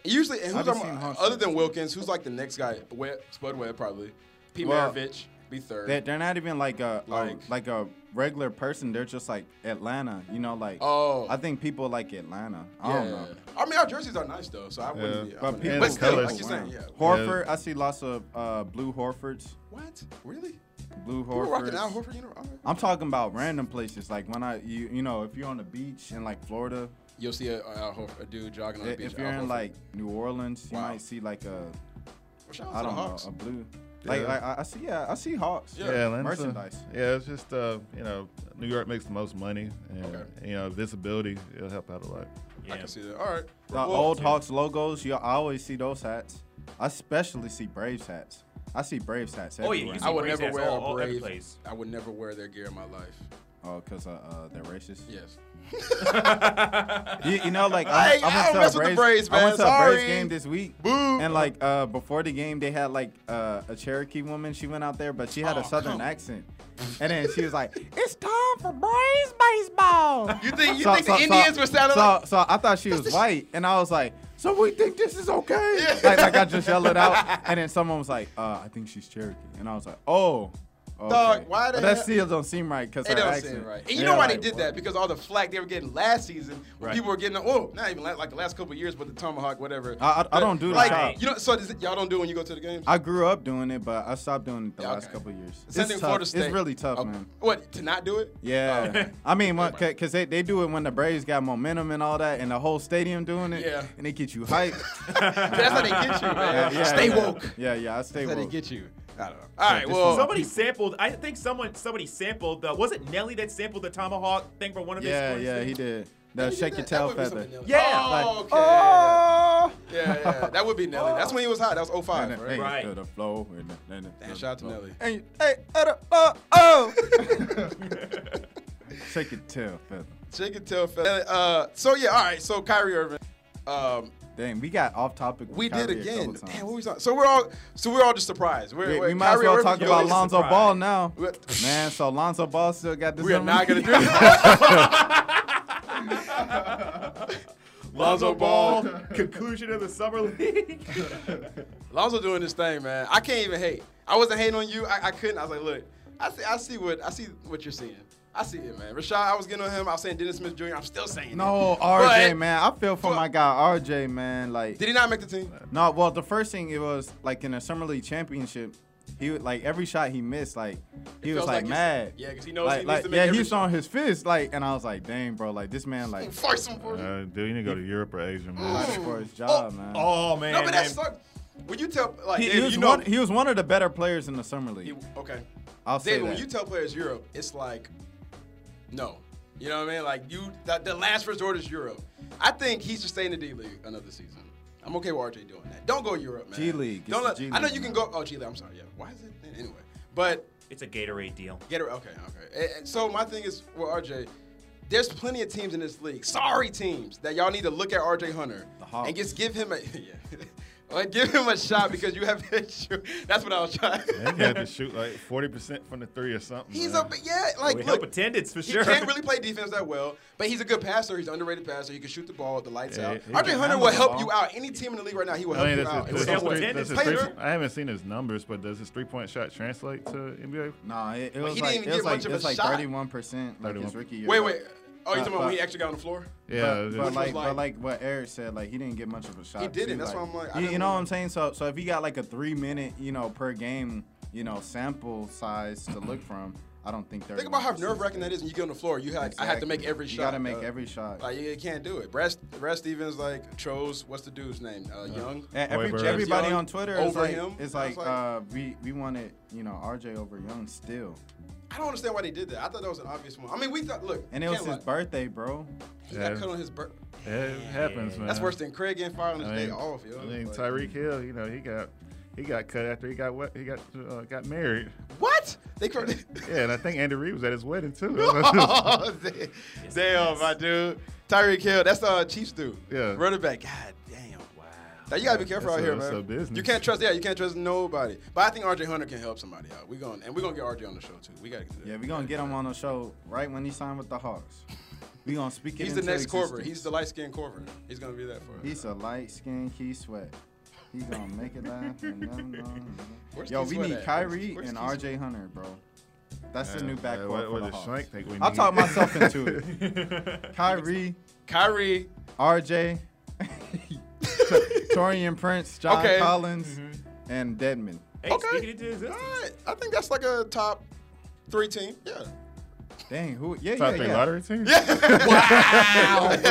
S3: usually and who's
S4: I've been
S3: on-
S4: seeing Hawks
S3: other
S4: jerseys.
S3: than Wilkins, who's like the next guy? Webb, Spud Webb probably. Pete
S4: Well,
S3: Maravich. Be third.
S4: That they're not even like a like,
S3: Like-
S4: a like a regular person. They're just like Atlanta, you know. Like
S3: Oh.
S4: I think people like Atlanta. I
S3: yeah.
S4: don't know.
S3: I mean, our jerseys are nice though, so I wouldn't. Be, I
S6: Yeah.
S4: But
S3: wouldn't-
S4: people,
S3: but still,
S6: colors.
S3: like you're saying, yeah.
S4: Horford, I see lots of uh, blue Horfords,
S3: What? Really?
S4: blue
S3: You were rocking out
S4: Horfords.
S3: Horford uniform?
S4: I'm talking about random places like when I you you know if you're on the beach in like Florida,
S3: You'll see a, a, Horf- a dude jogging on the
S4: i-
S3: beach.
S4: if you're
S3: Al
S4: in
S3: Horford.
S4: like New Orleans, you
S3: Wow.
S4: might see like a
S3: Well, shout out
S4: I
S3: to the
S4: don't know
S3: Hawks.
S4: a blue. Like,
S6: Yeah.
S4: like I, I see yeah I see Hawks.
S3: Yeah.
S6: Yeah, Atlanta's a-
S4: merchandise.
S6: yeah, it's just uh, you know, New York makes the most money, and
S3: Okay.
S6: you know, visibility it'll help out a lot.
S5: Yeah.
S3: I can see that. All right.
S4: The
S3: Well,
S4: old Hawks logos, you I always see those hats. I especially see Braves hats. I see Braves hats
S5: Oh, yeah, you
S4: everywhere.
S5: see-
S3: I would
S5: Braves
S3: never
S5: hats
S3: wear
S5: all- all
S3: a
S5: over the
S3: brave.
S5: place.
S3: I would never wear their gear in my life.
S4: oh, cause uh, uh, they're racist.
S3: Yes.
S4: You, you know, like
S3: I-
S4: I, I,
S3: I
S4: went
S3: don't
S4: to
S3: mess
S4: a
S3: with the
S4: Braves,
S3: Braves, man.
S4: I went to a
S3: Sorry.
S4: Braves game this week,
S3: Boo.
S4: and like uh, before the game, they had like uh, a Cherokee woman. She went out there, but she had
S3: Oh,
S4: a Southern
S3: come-
S4: accent, and then she was like, "It's time for Braves baseball."
S3: You think you
S4: So-
S3: think
S4: so-
S3: the
S4: so-
S3: Indians were sounding
S4: so,
S3: like?
S4: so I thought she was white, and I was like, "So we think this is okay?"
S3: Yeah.
S4: Like, like I just yelled it out, and then someone was like, uh, "I think she's Cherokee," and I was like, "Oh." Okay.
S3: Dog, why
S4: but
S3: the
S4: that
S3: hell-
S4: still don't seem right because
S3: They
S4: her
S3: don't
S4: accent.
S3: say it right. And you
S4: Yeah,
S3: know why
S4: like,
S3: they did
S4: what?
S3: that? Because all the flack they were getting last season, when
S5: Right.
S3: people were getting, oh, not even la- like the last couple of years, but the tomahawk, whatever.
S4: I- I- I don't do the
S3: like,
S4: chop.
S3: You know, so does it, y'all don't do it when you go to the games.
S4: I grew up doing it, but I stopped doing it the
S3: Yeah,
S4: last
S3: okay.
S4: couple of years.
S3: Same thing
S4: it's
S3: with
S4: tough.
S3: Florida State.
S4: It's really tough,
S3: Oh,
S4: man.
S3: What to not do it?
S4: Yeah,
S3: Oh, okay.
S4: I mean, when- ca- cause they, they do it when the Braves got momentum and all that, and the whole stadium doing it,
S3: Yeah.
S4: and they get you hyped.
S3: That's how they get you,
S4: yeah,
S3: man.
S4: yeah,
S3: Stay
S4: yeah.
S3: woke.
S4: Yeah, yeah, I stay
S3: That's how they
S4: woke.
S3: get you. I don't know. All right,
S4: this
S3: well,
S4: is-
S5: Somebody sampled. I think someone somebody sampled. The, was it Nelly that sampled the tomahawk thing from one of his?
S4: yeah,
S5: sports
S4: yeah,
S5: teams?
S4: he did. The
S3: That
S4: Uh, shake your
S3: would be
S4: tail
S3: something
S4: feather.
S3: Nelly.
S5: Yeah,
S3: Oh,
S4: like,
S3: okay.
S4: Oh,
S3: Yeah, yeah. That would be Nelly. That's when he was hot. That was 05,
S4: and
S3: right?
S4: right.
S5: Right.
S4: to the flow. And, the- and, the-
S3: Damn, shout out to Nelly.
S4: And you, hey, uh, oh, oh. shake your tail feather.
S3: Chicken tail fella. Uh, so yeah, all right. So Kyrie Irving, um,
S4: Dang, we got off topic. with
S3: we did
S4: Kyrie a couple
S3: again.
S4: times.
S3: Damn, what we talking? So we're all, so we're all just surprised. We're,
S4: We,
S3: we're-
S4: we might as
S3: Kyrie
S4: well
S3: Irving
S4: talk
S3: goes-
S4: about Lonzo
S5: surprise.
S4: Ball now.
S3: We're-
S4: Man, so Lonzo Ball still got this.
S3: We are
S4: on-
S3: not gonna do that.
S5: Lonzo Ball conclusion of the summer league.
S3: Lonzo doing this thing, man. I can't even hate. I wasn't hating on you. I, I couldn't. I was like, look, I see, I see what, I see what you're seeing. I see it, man. Rashad, I was getting on him. I was saying Dennis Smith Jr. I'm still saying it.
S4: No, RJ,
S3: But-
S4: man. I feel for
S3: but-
S4: my guy RJ, man. Like,
S3: Did he not make the team?
S4: no, well, the first thing it was like in the summer league championship, he would like every shot he missed, like he
S3: It
S4: was
S3: feels
S4: like,
S3: like it's-
S4: mad.
S3: yeah, 'cause he knows he
S4: like,
S3: needs
S4: like,
S3: to make
S4: yeah,
S3: every
S4: he's
S3: shot.
S4: on his fist, like, and I was like, dang, bro, like this man, like,
S3: Force him, force him.
S6: Uh, do you need to go to Europe or Asia?
S4: fighting
S6: Man?
S4: for his job, man.
S5: Oh man,
S3: no, but
S5: man.
S3: that sucked. When you tell, like,
S4: He, he
S3: David,
S4: was
S3: you know,
S4: one, he was one of the better players in the summer league.
S3: he- okay.
S4: I'll say
S3: David,
S4: that.
S3: when you tell players Europe, it's like, no. You know what I mean? Like you, the, the last resort is Europe. I think he should stay in the D League another season. I'm okay with RJ doing that. Don't go Europe, man.
S4: G League. It's
S3: Don't
S4: the
S3: let,
S4: G
S3: I know
S4: League
S3: you can
S4: now.
S3: go. Oh, G League. I'm sorry. Yeah. Why is it anyway? But
S5: it's a Gatorade deal.
S3: get it. Okay. Okay. And- and so my thing is with RJ. There's plenty of teams in this league, sorry teams, that y'all need to look at RJ Hunter
S4: The Hawks.
S3: and just give him a, yeah, Like, give him a shot because you have issue. That's what I was trying.
S6: Yeah, he had to shoot like forty percent from the three or something.
S3: He's
S6: man.
S3: a yeah, like
S5: we help
S3: look,
S5: attendance for
S3: He
S5: sure.
S3: can't really play defense that well, but he's a good passer. He's an underrated passer. He can shoot the ball, the lights
S6: Yeah,
S3: out.
S6: he
S3: RJ
S6: can
S3: Hunter
S4: handle
S3: will
S4: the
S3: help
S4: ball.
S3: you out. Any team in the league right now, he will
S6: I
S3: help
S6: mean,
S3: you
S6: that's
S3: out.
S6: his-
S3: It's
S6: that's his
S5: help
S3: always-
S6: three-
S5: attendance.
S6: that's his
S3: Play
S6: three-
S3: Europe.
S6: I haven't seen his numbers, but does his three-point shot translate to NBA?
S4: Nah, it, it
S3: Like,
S4: was
S3: he didn't
S4: like
S3: even
S4: it was
S3: get much
S4: like
S3: of
S4: it
S3: a
S4: was like
S3: shot.
S4: thirty one percent like his
S6: 31%.
S4: rookie year.
S3: Wait, wait. Oh, you talking
S4: But-
S3: about when he
S4: but-
S3: actually got on the floor?
S6: Yeah,
S4: but,
S6: this-
S4: but like,
S3: like-
S4: but like what Eric said, like he didn't get much of a shot.
S3: He didn't,
S4: too,
S3: that's why I'm like, I
S4: you, you
S3: didn't
S4: know what
S3: want-
S4: I'm saying? So, so if he got like a three minute, you know, per game, you know, sample size to look from, I don't think they're.
S3: Think about how nerve wracking that is when you get on the floor. You had I had to make every shot.
S4: You gotta make
S3: uh,
S4: every shot.
S3: Like you can't do it. Brad, Brad Stevens like chose what's the dude's name? Uh, Young.
S4: And every,
S6: Hoiberg.
S4: everybody
S3: Young
S4: on Twitter is
S3: over
S4: like,
S3: him.
S4: is
S3: I
S4: like,
S3: was like-
S4: uh, we we wanted, you know, RJ over Young still,
S3: I don't understand why they did that. I thought that was an obvious one. I mean, we thought look,
S4: and it was
S3: can't
S4: his
S3: lie.
S4: birthday, bro.
S3: He got
S6: Yeah.
S3: cut on his birth.
S6: it happens, man.
S3: That's worse than Craig getting fired on his
S6: I
S3: day
S6: mean,
S3: off. Yo.
S6: I mean,
S3: Like-
S6: Tyreek Hill, you know, he got he got cut after he got wet, he got uh, got married.
S3: what? They. cra-
S6: Yeah, and I think Andy Reid was at his wedding too.
S3: Oh, damn, damn, my dude. Tyreek Hill, that's the uh, Chiefs dude.
S6: Yeah.
S3: Running back. God damn.
S5: Wow.
S3: Now, you gotta be careful out
S6: That's a-
S3: here,
S6: that's
S3: man.
S6: a business.
S3: You can't trust. Yeah, you can't trust nobody. But I think RJ Hunter can help somebody out. We going and we're gonna get RJ on the show too. We gotta get
S4: Yeah, we gonna get him on the show right when he signed with the Hawks. We gonna speak it.
S3: He's the
S4: into
S3: next Corver.
S4: existence.
S3: He's the light skinned Corver. He's gonna be that for us.
S4: He's a light skinned key sweat. He gonna make it laugh. and nothing wrong.
S3: Where's
S4: Yo,
S3: Keith
S4: we
S3: Sweat
S4: need
S3: at?
S4: Kyrie
S3: Where's
S4: and
S3: Keith Sweat?
S4: RJ Hunter, bro. That's the
S6: Yeah,
S4: new
S6: yeah,
S4: backcourt
S6: what-
S4: for
S6: what
S4: the
S6: does
S4: Hawks.
S6: Shank think we
S4: I'll
S6: need?
S4: talk myself into it. Kyrie,
S3: Kyrie.
S4: RJ, Torian Prince, John
S3: Okay.
S4: Collins,
S6: Mm-hmm.
S4: and Deadman.
S5: Hey,
S3: Okay.
S5: speaking into
S3: All
S5: existence.
S3: right. I think that's like a top three team. Yeah.
S4: Dang, who? Yeah,
S6: Top
S4: yeah,
S6: three
S4: yeah.
S6: lottery team?
S3: I was like,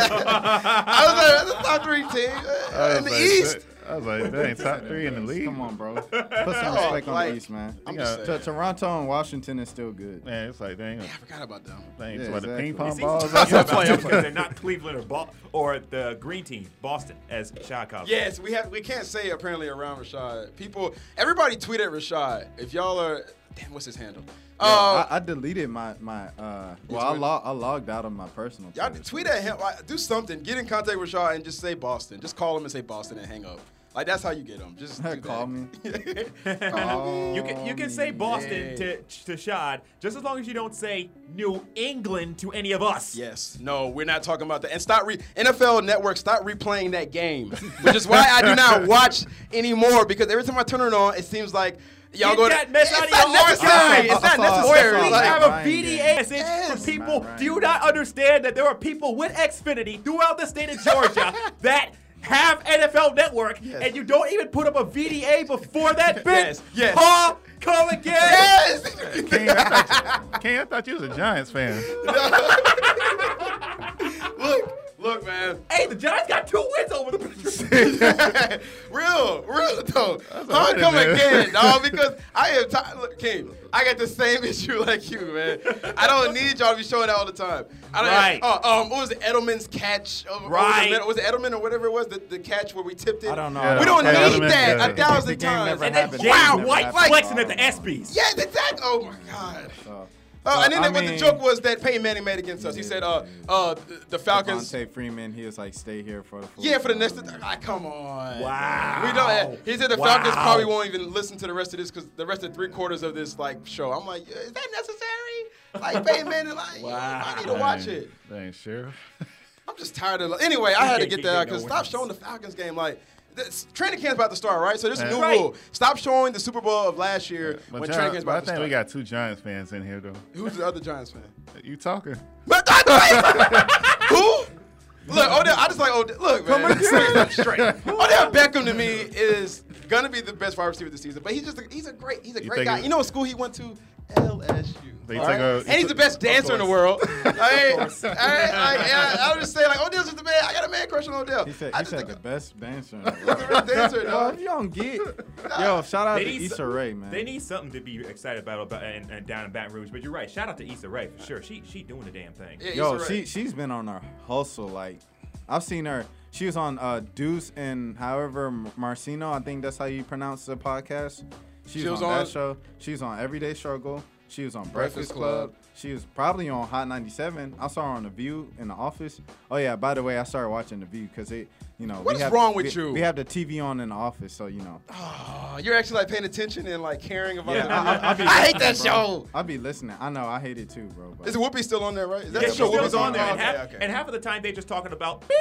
S3: that's a top three team
S6: I
S3: uh,
S6: was
S3: in the
S6: like,
S3: East.
S6: I was like, dang, top three in the league.
S4: Come on, bro. Put some
S3: Oh,
S4: respect on
S3: like-
S4: the East, man.
S3: I'm just
S6: Yeah.
S4: T-
S3: saying.
S4: Toronto and Washington is still good.
S6: Man, it's like, dang,
S3: I forgot about them.
S6: dang,
S4: Yeah,
S6: it's about
S4: exactly.
S6: the ping
S5: You
S6: pong
S5: see,
S3: Oh,
S6: balls.
S5: I'm talking about playoffs 'cause they're not Cleveland or Bo- or the Green Team, Boston, as Shaq calls. it.
S3: Yes, we have. We can't say apparently around Rashad. People, everybody tweet at Rashad. If y'all are, damn, what's his handle?
S6: Oh.
S3: Uh,
S4: I, I deleted my my. Uh, well, I,
S3: tweeted-
S4: log, I logged out of my personal.
S3: y'all
S4: Twitter.
S3: tweet at him. Like, do something. Get in contact with Rashad and just say Boston. Just call him and say Boston and hang up. Like that's how you get him. Just do
S4: Call
S3: that.
S4: me.
S5: Uh, you can you can say Boston
S3: Yeah.
S5: to to Shad just as long as you don't say New England to any of us.
S3: Yes. No, we're not talking about that. And stop re- NFL Network. Stop replaying that game, which is why I do not watch anymore because every time I turn it on, it seems like y'all
S5: Get
S3: go to.
S5: that mess
S3: it's
S5: out of
S3: not
S5: your heart,
S3: necessary.
S4: son.
S3: It's not
S4: I saw- I saw-
S3: necessary.
S5: We
S4: Like-
S5: have a
S4: Ryan did.
S5: BDA message
S3: Yes.
S5: for people.
S4: Ryan
S5: Do you
S4: did.
S5: not understand that there are people with Xfinity throughout the state of Georgia that have NFL Network and you don't even put up a VDA before that bitch?
S3: Yes, yes.
S5: Paul Culligan.
S3: yes.
S6: King, I thought you- King, I thought you was a Giants fan.
S3: look, look, man.
S5: Hey, the Giants got two wins over the
S3: real, real though.
S6: all
S3: Don't
S6: right,
S3: come
S6: man.
S3: again, dog, because I am tired. Look, King, I got the same issue like you, man. I don't need y'all to be showing that all the time. I don't
S5: Right.
S3: oh, um, what was it? Edelman's catch? Over, over the
S5: Right.
S3: middle- was it Edelman or whatever it was? The, the catch where we tipped it?
S4: I don't know.
S6: Yeah,
S3: We don't
S6: yeah,
S3: need
S6: Edelman's
S3: that
S6: good.
S3: a thousand
S4: The game
S3: times.
S4: never
S5: And
S4: happened. That
S5: then Jay
S3: wow,
S4: never
S5: White
S4: happened.
S5: flexing at the ESPYs.
S3: Yeah, exactly. Oh my God.
S4: So,
S3: Uh, and
S4: so,
S3: then
S4: I
S3: what the
S4: mean,
S3: joke was that Peyton Manning made against us. He said, uh, uh, the Falcons.
S4: Devontae Freeman, he was like, stay here for the. full
S3: Yeah, for the
S4: time."
S3: next. Ah, come on.
S5: Wow.
S3: We don't. He said the
S5: Wow.
S3: Falcons probably won't even listen to the rest of this because the rest of three quarters of this like show. I'm like, is that necessary? Like, Peyton Manning, like, I need to watch
S6: Dang,
S3: it.
S6: Dang, Sheriff.
S3: I'm just tired of. Anyway, I had to
S5: can't
S3: get
S5: keep
S3: that out
S5: getting
S3: because
S5: no
S3: stop
S5: wins.
S3: showing the Falcons game like. This, training camp's about to start, right? So there's a
S6: Yeah.
S3: new
S5: Right. uh,
S3: rule. Stop showing the Super Bowl of last year when
S6: But Giants-
S3: training camp's
S6: but I
S3: about to
S6: think
S3: start.
S6: we got two Giants fans in here, though.
S3: Who's the other Giants fan?
S6: You talking?
S3: But I- Who? Look, Odell. I just like Odell. Look, man. Straight, straight. Odell Beckham to me is gonna be the best wide receiver this season. But he's just a, he's a great he's a
S6: You
S3: great
S6: think
S3: guy.
S6: he-
S3: You know what school he went to? LSU.
S6: They
S3: all
S6: take
S3: right?
S6: a-
S3: and he's the best dancer in the world. I, I, I, I, I would just say like Odell's just the man. I got a man crush on Odell.
S4: He said,
S3: I
S4: he
S3: just
S4: said
S3: think
S4: the best dancer. In the
S3: he's
S4: world.
S3: the best dancer.
S4: Yo, if
S3: Dog.
S4: you don't get, yo, shout out
S5: They
S4: to
S5: need
S4: Issa
S5: some-
S4: Rae, man.
S5: They need something to be excited about, about and, and down in Baton Rouge. But you're right. Shout out to Issa Rae for sure. She she doing the damn thing.
S3: Yeah,
S4: Yo,
S3: he's
S4: she
S3: right.
S4: she's been on her hustle. Like, I've seen her. She was on uh, Deuce and however M- Marcino. I think that's how you pronounce the podcast. She, was, on, that show. She was on Everyday Struggle. She was on Breakfast,
S3: Breakfast
S4: Club.
S3: Club.
S4: She was probably on Hot 97. I saw her on The View in the office. Oh yeah, by the way, I started watching The View because it, you know,
S3: What
S4: we
S3: is
S4: have,
S3: wrong with
S4: we-
S3: you? Oh.
S4: We have the TV on in the office, so you know.
S3: Aw, you're actually like paying attention and like caring about
S5: Yeah,
S3: it.
S5: I-
S4: I- I be
S3: I hate
S4: listening,
S3: that
S4: bro.
S3: show.
S4: I'll be listening. I know, I hate it too, bro. But
S3: Is Whoopi still on there, right? Is that
S5: Yeah,
S3: the
S5: she
S3: show
S5: still
S3: Whoopi's
S5: is on there, and,
S3: Okay,
S5: half,
S3: okay.
S5: and half of the time they're just talking about beep.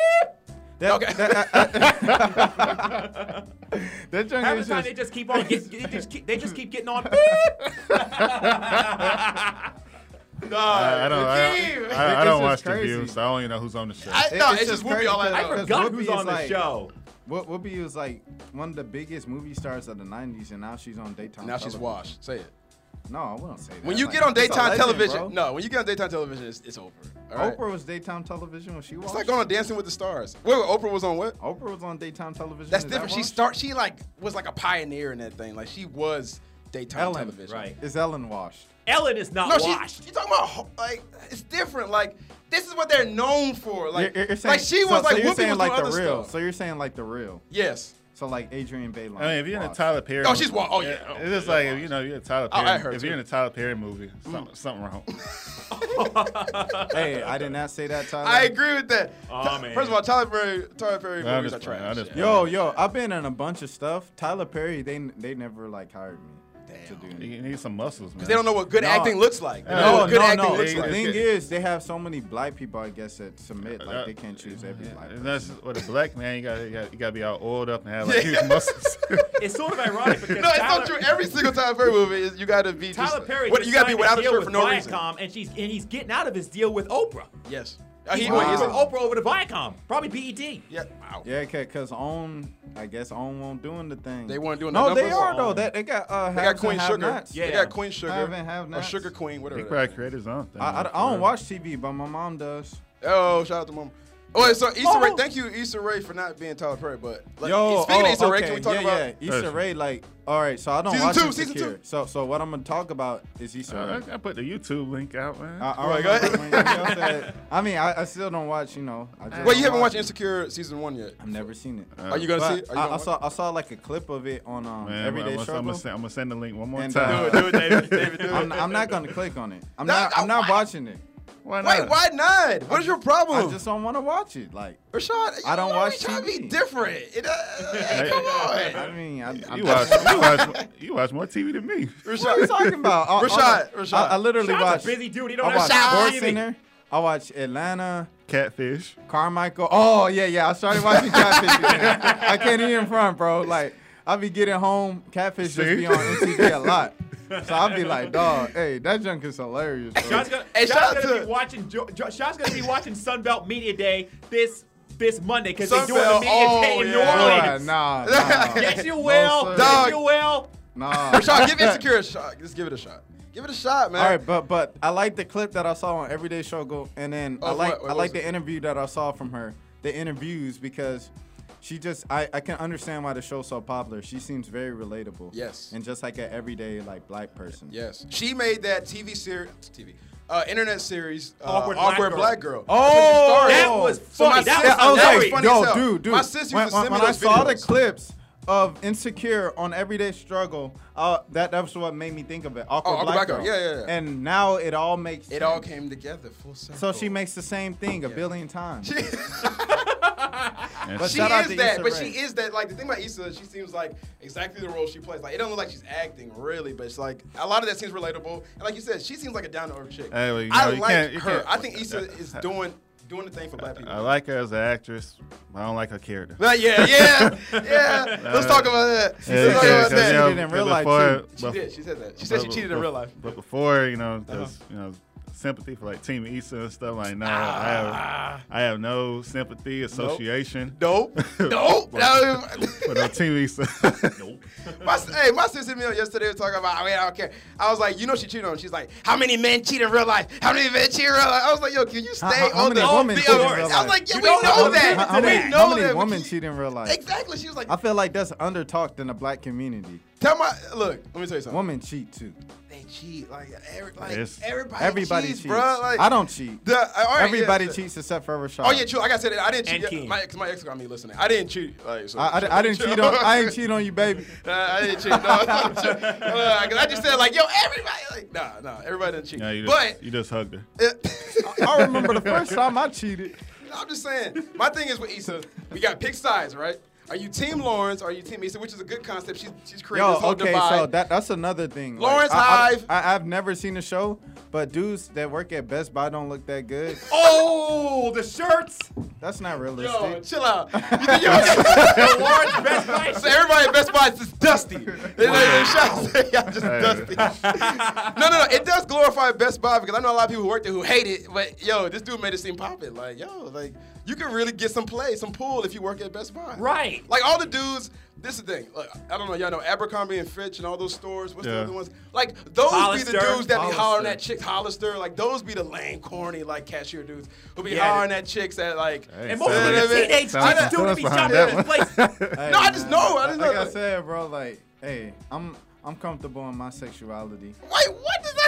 S4: that,
S3: Okay.
S4: that, that junk
S5: Half the
S4: is
S5: time
S4: just
S5: they just keep on. Get, they just keep, they just keep getting on beep.
S6: I, I don't. I
S3: Hakeem!
S6: don't, I, I
S4: It's
S6: don't
S4: just
S6: watch the
S4: crazy.
S6: view, so I don't even know who's on the show.
S3: I,
S4: It-
S3: no,
S4: it's
S3: it's, just
S4: just
S3: Whoopi
S4: crazy
S3: all that.
S4: that-
S5: I
S3: I,
S4: Because
S5: forgot
S4: Whoopi
S5: who's
S4: is
S5: on the
S4: like-
S5: show.
S4: Who- Whoopi was like one of the biggest movie stars of the '90s, and now she's on daytime.
S3: now she's
S4: television.
S3: washed. Say it.
S4: No, I wouldn't say that.
S3: When you
S4: Like,
S3: get on
S4: she's a
S3: daytime
S4: legend,
S3: television,
S4: bro.
S3: no, when you get on daytime television, it's, it's over. All right?
S4: Oprah was daytime television when she was.
S3: It's like going on Dancing with the Stars. Wait, wait, Oprah was on what?
S4: Oprah was on daytime television.
S3: That's
S4: Is
S3: different.
S4: That
S3: she
S4: washed?
S3: start. She like was like a pioneer in that thing. Like she was daytime
S4: Ellen,
S3: television.
S5: right.
S4: Is Ellen washed?
S5: Ellen is not
S3: No,
S5: washed.
S3: she's she talking about ho- like it's different. Like this is what they're known for. Like,
S4: You're- you're
S3: like
S4: saying-
S3: she
S4: so-
S3: was like
S4: so you're
S3: Whoopi
S4: saying
S3: was
S4: like
S3: doing
S4: the
S3: other
S4: real.
S3: stuff.
S4: So you're saying like the real.
S3: yes.
S4: So like Adrian Baylon.
S6: I mean, if you're in a
S4: washed.
S6: Tyler Perry,
S3: Oh, she's wa- oh, yeah. Oh,
S6: it's just like if you know you're a Tyler
S3: Oh, I
S6: Perry.
S3: heard Mm.
S6: if
S3: too.
S6: you're in a Tyler Perry movie, something, something wrong.
S4: Hey, I did not say that, Tyler.
S3: I agree with that.
S5: Aw,
S3: Ty-
S5: Oh, man.
S3: First of all, Tyler Perry, Tyler Perry
S6: No, I'm
S3: movies are
S6: just playing. I
S3: trash.
S6: just-
S3: Yeah.
S4: Yo, yo, I've been in a bunch of stuff. Tyler Perry, they they never like hired me. to do.
S6: He needs some muscles, man.
S3: Because they don't know what good
S4: No.
S3: acting looks like. They don't know
S4: No,
S3: what good
S4: no,
S3: acting
S4: no.
S3: looks
S4: The
S3: like.
S4: thing
S6: Okay.
S4: is, they have so many black people, I guess, that submit. Like they can't choose every
S6: Yeah,
S4: black.
S6: and
S4: person.
S6: that's what a black man. You got you got you got to be all oiled up and have like huge muscles.
S5: It's sort of ironic because
S3: No, it's
S5: Tyler,
S3: not true. Every single Tyler Perry movie is you gotta be just,
S5: Tyler Perry
S3: what-
S5: just
S3: you gotta be
S5: signed
S3: without a
S5: deal
S3: shirt for
S5: with
S3: no reason.
S5: Viacom, and she's and he's getting out of his deal with Oprah.
S3: Yes. Uh,
S5: He's
S3: he,
S5: going
S3: wait, is
S5: from
S3: it-
S5: Oprah over to Viacom, probably E BET.
S3: Yeah. Wow.
S4: Yeah, because OWN, I guess OWN won't doing the thing.
S3: They weren't doing
S4: No,
S3: the
S4: they
S3: numbers?
S4: are though.
S5: OWN.
S4: That they got uh,
S3: They got
S4: haves and
S3: Queen Sugar.
S4: have-nots.
S3: They
S5: Yeah.
S3: got Queen Sugar.
S4: Have and have
S3: or
S4: nots.
S3: Sugar Queen,
S6: he
S3: whatever.
S6: probably created his own thing.
S4: I, I, I don't watch TV, but my mom does.
S3: Oh, shout out to mom. Oh, wait, so Issa
S4: Oh.
S3: Rae, thank you, Issa Rae, for not being Tyler Perry. But like,
S4: Yo,
S3: speaking
S4: oh,
S3: of Issa Rae, can
S4: okay,
S3: we talk
S4: yeah,
S3: about?
S4: yeah. Issa
S6: Listen.
S4: Rae? Like, all right, so I don't
S3: Season
S4: watch
S3: two,
S4: Insecure.
S3: season two.
S4: So, so what I'm gonna talk about is Issa Rae.
S6: Uh, I, I put the YouTube link out, man.
S4: I, I,
S3: Right, go ahead.
S4: remember when y'all said- I mean, I, I still don't watch. You know, I just
S3: Wait,
S4: don't
S3: you haven't
S4: watch
S3: watched
S4: it.
S3: Insecure season one yet?
S4: I've never seen it.
S3: Are you gonna see? it? Are you
S4: But I,
S3: gonna
S4: I
S3: watch
S4: saw I saw like a clip of it on um,
S6: Uh, man,
S4: Everyday
S6: I'm,
S4: Struggle.
S6: gonna send, I'm gonna send the link one more
S4: And,
S6: time.
S4: uh,
S3: it? Do it, David. David, do it.
S4: I'm, I'm not gonna click on it. I'm
S3: No,
S4: not.
S3: no,
S4: I'm not
S3: why?
S4: watching it.
S6: why not?
S3: Wait, why not? What is your
S4: I
S3: problem?
S4: just don't want to watch it. Like,
S3: Rashad,
S4: I don't
S3: you know
S4: watch
S3: we trying to be
S4: TV.
S3: different. It, uh, hey, come
S4: I
S3: on.
S4: mean, I, I'm
S6: You watch,
S4: just-
S6: you, watch, you watch more TV than me.
S4: What are you
S3: Rashad,
S4: talking about? I- I-
S3: Rashad, Rashad.
S4: I, I literally
S5: Tyler's
S4: watch.
S5: a busy dude. He don't
S4: I
S5: have
S4: watch
S5: time for
S4: Sports
S5: anything.
S4: Center. I watch Atlanta.
S6: Catfish.
S4: Carmichael. Oh yeah, yeah. I started watching Catfish. again. I can't eat in front, bro. Like I be getting home, Catfish
S6: See?
S4: just be on MTV a lot. So I be like, dog, hey, that junk is hilarious. Bro.
S5: Sean's gonna,
S3: Hey,
S5: Sean's
S3: shout out
S5: gonna
S3: to-
S5: be watching. Jo- Jo- Sean's gonna be watching Sunbelt Media Day this this Monday because they're doing
S3: Sunbelt,
S5: the media
S3: oh,
S5: day in New
S3: yeah.
S5: Orleans.
S4: Bruh, nah, nah,
S5: Yes, you will.
S4: sir.
S5: yes,
S3: Dog.
S5: you will.
S4: nah.
S3: Rashad, give Insecure a shot. Just give it a shot. Give it a shot, man.
S4: All right, but but I like the clip that I saw on Everyday Struggle, and then I
S3: Of
S4: like
S3: what? What
S4: I like
S3: was
S4: the interview that I saw from her, the interviews because she just I I can understand why the show's so popular. She seems very relatable.
S3: Yes.
S4: and just like an everyday like black person.
S3: Yes, she made that TV series, TV, uh, internet series, uh,
S5: Awkward
S3: Awkward,
S5: Black Girl.
S3: Black, Girl.
S4: Oh,
S3: That's when she started.
S5: that was
S3: So my
S5: funny. That
S3: sis-
S4: Yeah, I was
S5: That was
S4: like,
S3: funny as
S4: yo,
S3: hell.
S4: dude, dude.
S3: My sis used
S4: when,
S3: to
S4: when-
S3: send me
S4: when I
S3: those
S4: saw the
S3: videos.
S4: clips of Insecure on Everyday Struggle, uh, that that's what made me think of it. Awkward
S3: Oh, Awkward Black
S4: Black
S3: Girl.
S4: Girl.
S3: Yeah, yeah, yeah.
S4: And now it all makes
S3: It all came together full circle.
S4: So she makes the same thing a billion times.
S6: And
S4: But
S3: She
S4: shout out
S3: is
S4: to
S3: that,
S4: Issa
S3: but
S4: Rae.
S3: she is that. Like the thing about Issa, she seems like exactly the role she plays. Like it doesn't look like she's acting really, but it's like a lot of that seems relatable. And like you said, she seems like a down to earth chick.
S6: Hey, well, you
S3: I
S6: know, you
S3: like
S6: can't- you
S3: her.
S6: can't-
S3: I think Issa is doing doing the thing for black people.
S6: I like her as an actress, but I don't like her character.
S3: But yeah, yeah, yeah. Let's talk about that.
S4: said
S3: Let's talk
S4: she
S3: about
S4: did,
S3: that.
S4: yeah. cheated in real life, too.
S3: She did. She said that. She said she cheated in real life. Uh-huh.
S6: But before, you know, there's you know, sympathy for like Team Issa and stuff. Like, nah,
S3: Ah.
S6: I have I have no sympathy association.
S3: Dope. Dope. That was-
S6: But no Team Issa. nope.
S3: my, s- hey, my sister hit me up yesterday was talking about, I, mean, I don't care. I was like, you know, she cheated on him. She's like, how many men cheat in real life? How many men cheat in real life? I was like, yo, can you stay
S4: How- how- how
S3: on the
S4: many women
S3: the-
S4: cheat in real
S3: I
S4: life?
S3: was like, yeah,
S5: You
S3: we
S5: don't
S3: know
S5: know
S3: that.
S5: how-
S4: how, how
S3: we
S4: many,
S3: know
S4: how many
S3: that. but
S4: women
S3: you-
S4: cheat in real life?
S3: Exactly. She was like,
S4: I feel like that's under talked in the black community.
S3: tell my, look, let me tell you something.
S4: Women cheat too.
S3: They cheat. Like, every, like
S6: Yes.
S3: everybody,
S4: Everybody
S3: cheats,
S4: cheats.
S3: bruh. Like,
S4: I don't cheat.
S3: The, uh, all right,
S4: Everybody
S3: yeah,
S4: cheats except for Rashad.
S3: Oh yeah, true. Like I said, I didn't
S5: And
S3: cheat. Yeah,
S5: Keen.
S3: my ex, my ex got me listening. I didn't cheat. Like, so,
S4: I, I, I didn't cheat on. I ain't cheat on you, baby.
S3: Nah, I didn't cheat. No, I'm sure. Uh, 'cause I just said like, yo, everybody, like, nah, nah, everybody didn't cheat.
S6: No, you just,
S3: but
S6: you just hugged her.
S4: I remember the first time I cheated.
S3: I'm just saying, my thing is with Issa, we got pick sides, right? Are you Team Lawrence? Are you Team Issa? Which is a good concept. She's she's created
S4: Yo,
S3: this whole
S4: okay,
S3: divide.
S4: so that that's another thing.
S3: Lawrence
S4: I,
S3: Hive.
S4: I, I, have never seen the show, but dudes that work at Best Buy don't look that good.
S5: Oh, the shirts.
S4: That's not
S3: Yo,
S4: realistic.
S3: chill out. You think you're-
S5: The large Best Buy
S3: so everybody at Best Buy is just dusty. They- they- shots- they got just
S6: Hey.
S3: dusty. no, no, no. It does glorify Best Buy because I know a lot of people who work there who hate it. But yo, this dude made it seem poppin'. Like yo, like you can really get some play, some pool if you work at Best Buy.
S5: Right.
S3: Like all the dudes. This is the thing. Like, I don't know. Y'all know Abercrombie and Fitch and all those stores. What's the
S6: Yeah.
S3: other ones? Like those be the
S5: Hollister.
S3: dudes that be hollering
S4: Hollister.
S3: at chicks. Hollister. Like those be the lame, corny, like cashier dudes who be
S5: Yeah.
S3: hollering at chicks at like.
S6: Hey,
S5: And most
S6: sounds
S5: of them
S3: Yeah,
S5: are
S6: like-
S3: yeah, yeah.
S5: teenage
S6: Sounds
S5: kids
S6: like
S5: doing to
S6: someone's
S5: be
S6: behind
S5: shopped
S6: that
S5: at this
S6: one.
S5: place.
S4: Hey,
S3: No, I just
S4: man.
S3: know. I just know.
S4: Like I said, bro, like, hey, I'm I'm comfortable in my sexuality.
S3: Wait, what does that?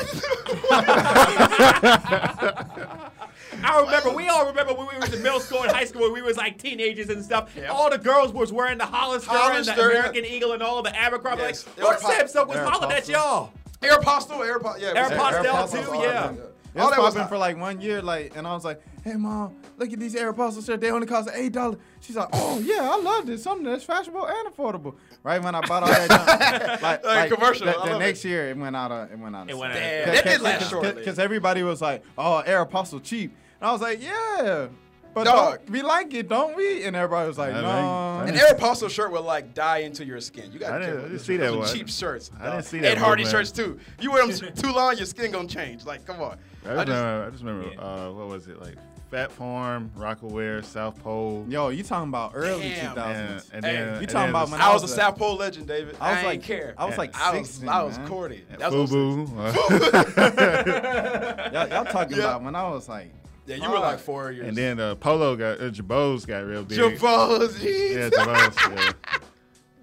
S5: I remember, we all remember when we was in middle school and high school, when we was like teenagers and stuff.
S3: Yep.
S5: All the girls was wearing the Hollister, and the
S3: Hollister, yeah.
S5: American Eagle and all the Abercrombie.
S3: Yes,
S5: Like,
S3: they were
S5: what
S3: pop-
S5: Samsung was
S4: they're
S5: hollering at
S4: popular.
S5: y'all?
S3: Air Postal, Air Po- yeah. it was-
S5: Air Postel
S4: Air Postel's
S5: too,
S4: all
S5: yeah.
S4: of them. It was popping for like one year, like, and I was like, "Hey, mom, look at these Air Aeropostale shirts. They only cost eight dollars." She's like, "Oh yeah, I love this. Something that's fashionable and affordable." Right when I bought all that, junk, like,
S3: Like commercial,
S4: The,
S3: I
S4: the
S3: love
S4: next year, it went out. Of, it went out. Of
S5: It went
S4: stock.
S5: out of
S3: Damn,
S5: stock.
S3: that did last shortly.
S4: Because everybody was like, "Oh, Air Apostle cheap," and I was like, "Yeah." But
S3: Dog.
S4: don't- we like it, don't we? And everybody was like,
S6: I
S4: no.
S6: like-
S3: An Aeropostale shirt will like die into your skin. You got
S6: I
S3: to
S6: didn't- I
S3: with
S6: didn't
S3: this.
S6: see that
S3: Those are
S6: one.
S3: cheap shirts.
S6: I didn't
S3: dog.
S6: see that
S3: Ed Hardy
S6: one, man.
S3: shirts too. You wear them too long, your skin gonna change. Like, come on.
S6: I just, remember, I just remember uh, what was it like? Fat Farm, Rockaware, South Pole.
S4: Yo, you talking about early
S3: Damn.
S4: 2000s.
S6: And, and
S3: Hey,
S6: then,
S3: you
S6: and
S4: talking
S6: then
S4: about
S6: the-
S4: when
S3: I was a
S4: was a-
S3: South Pole legend, David. I,
S4: I was
S3: ain't
S4: like,
S3: care.
S4: I was like
S3: I was,
S4: 16,
S3: I was
S4: man.
S3: corny.
S6: and
S3: That's what I'm saying.
S6: Fubu. uh,
S4: Y'all, y'all talking
S3: Yeah.
S4: about when I was like,
S3: Yeah, you were like
S4: Fuck.
S3: four years.
S6: and then uh, Polo got uh, Jabos got real big.
S3: Javos,
S6: Yeah,
S3: jeez.
S6: Jabos. yeah.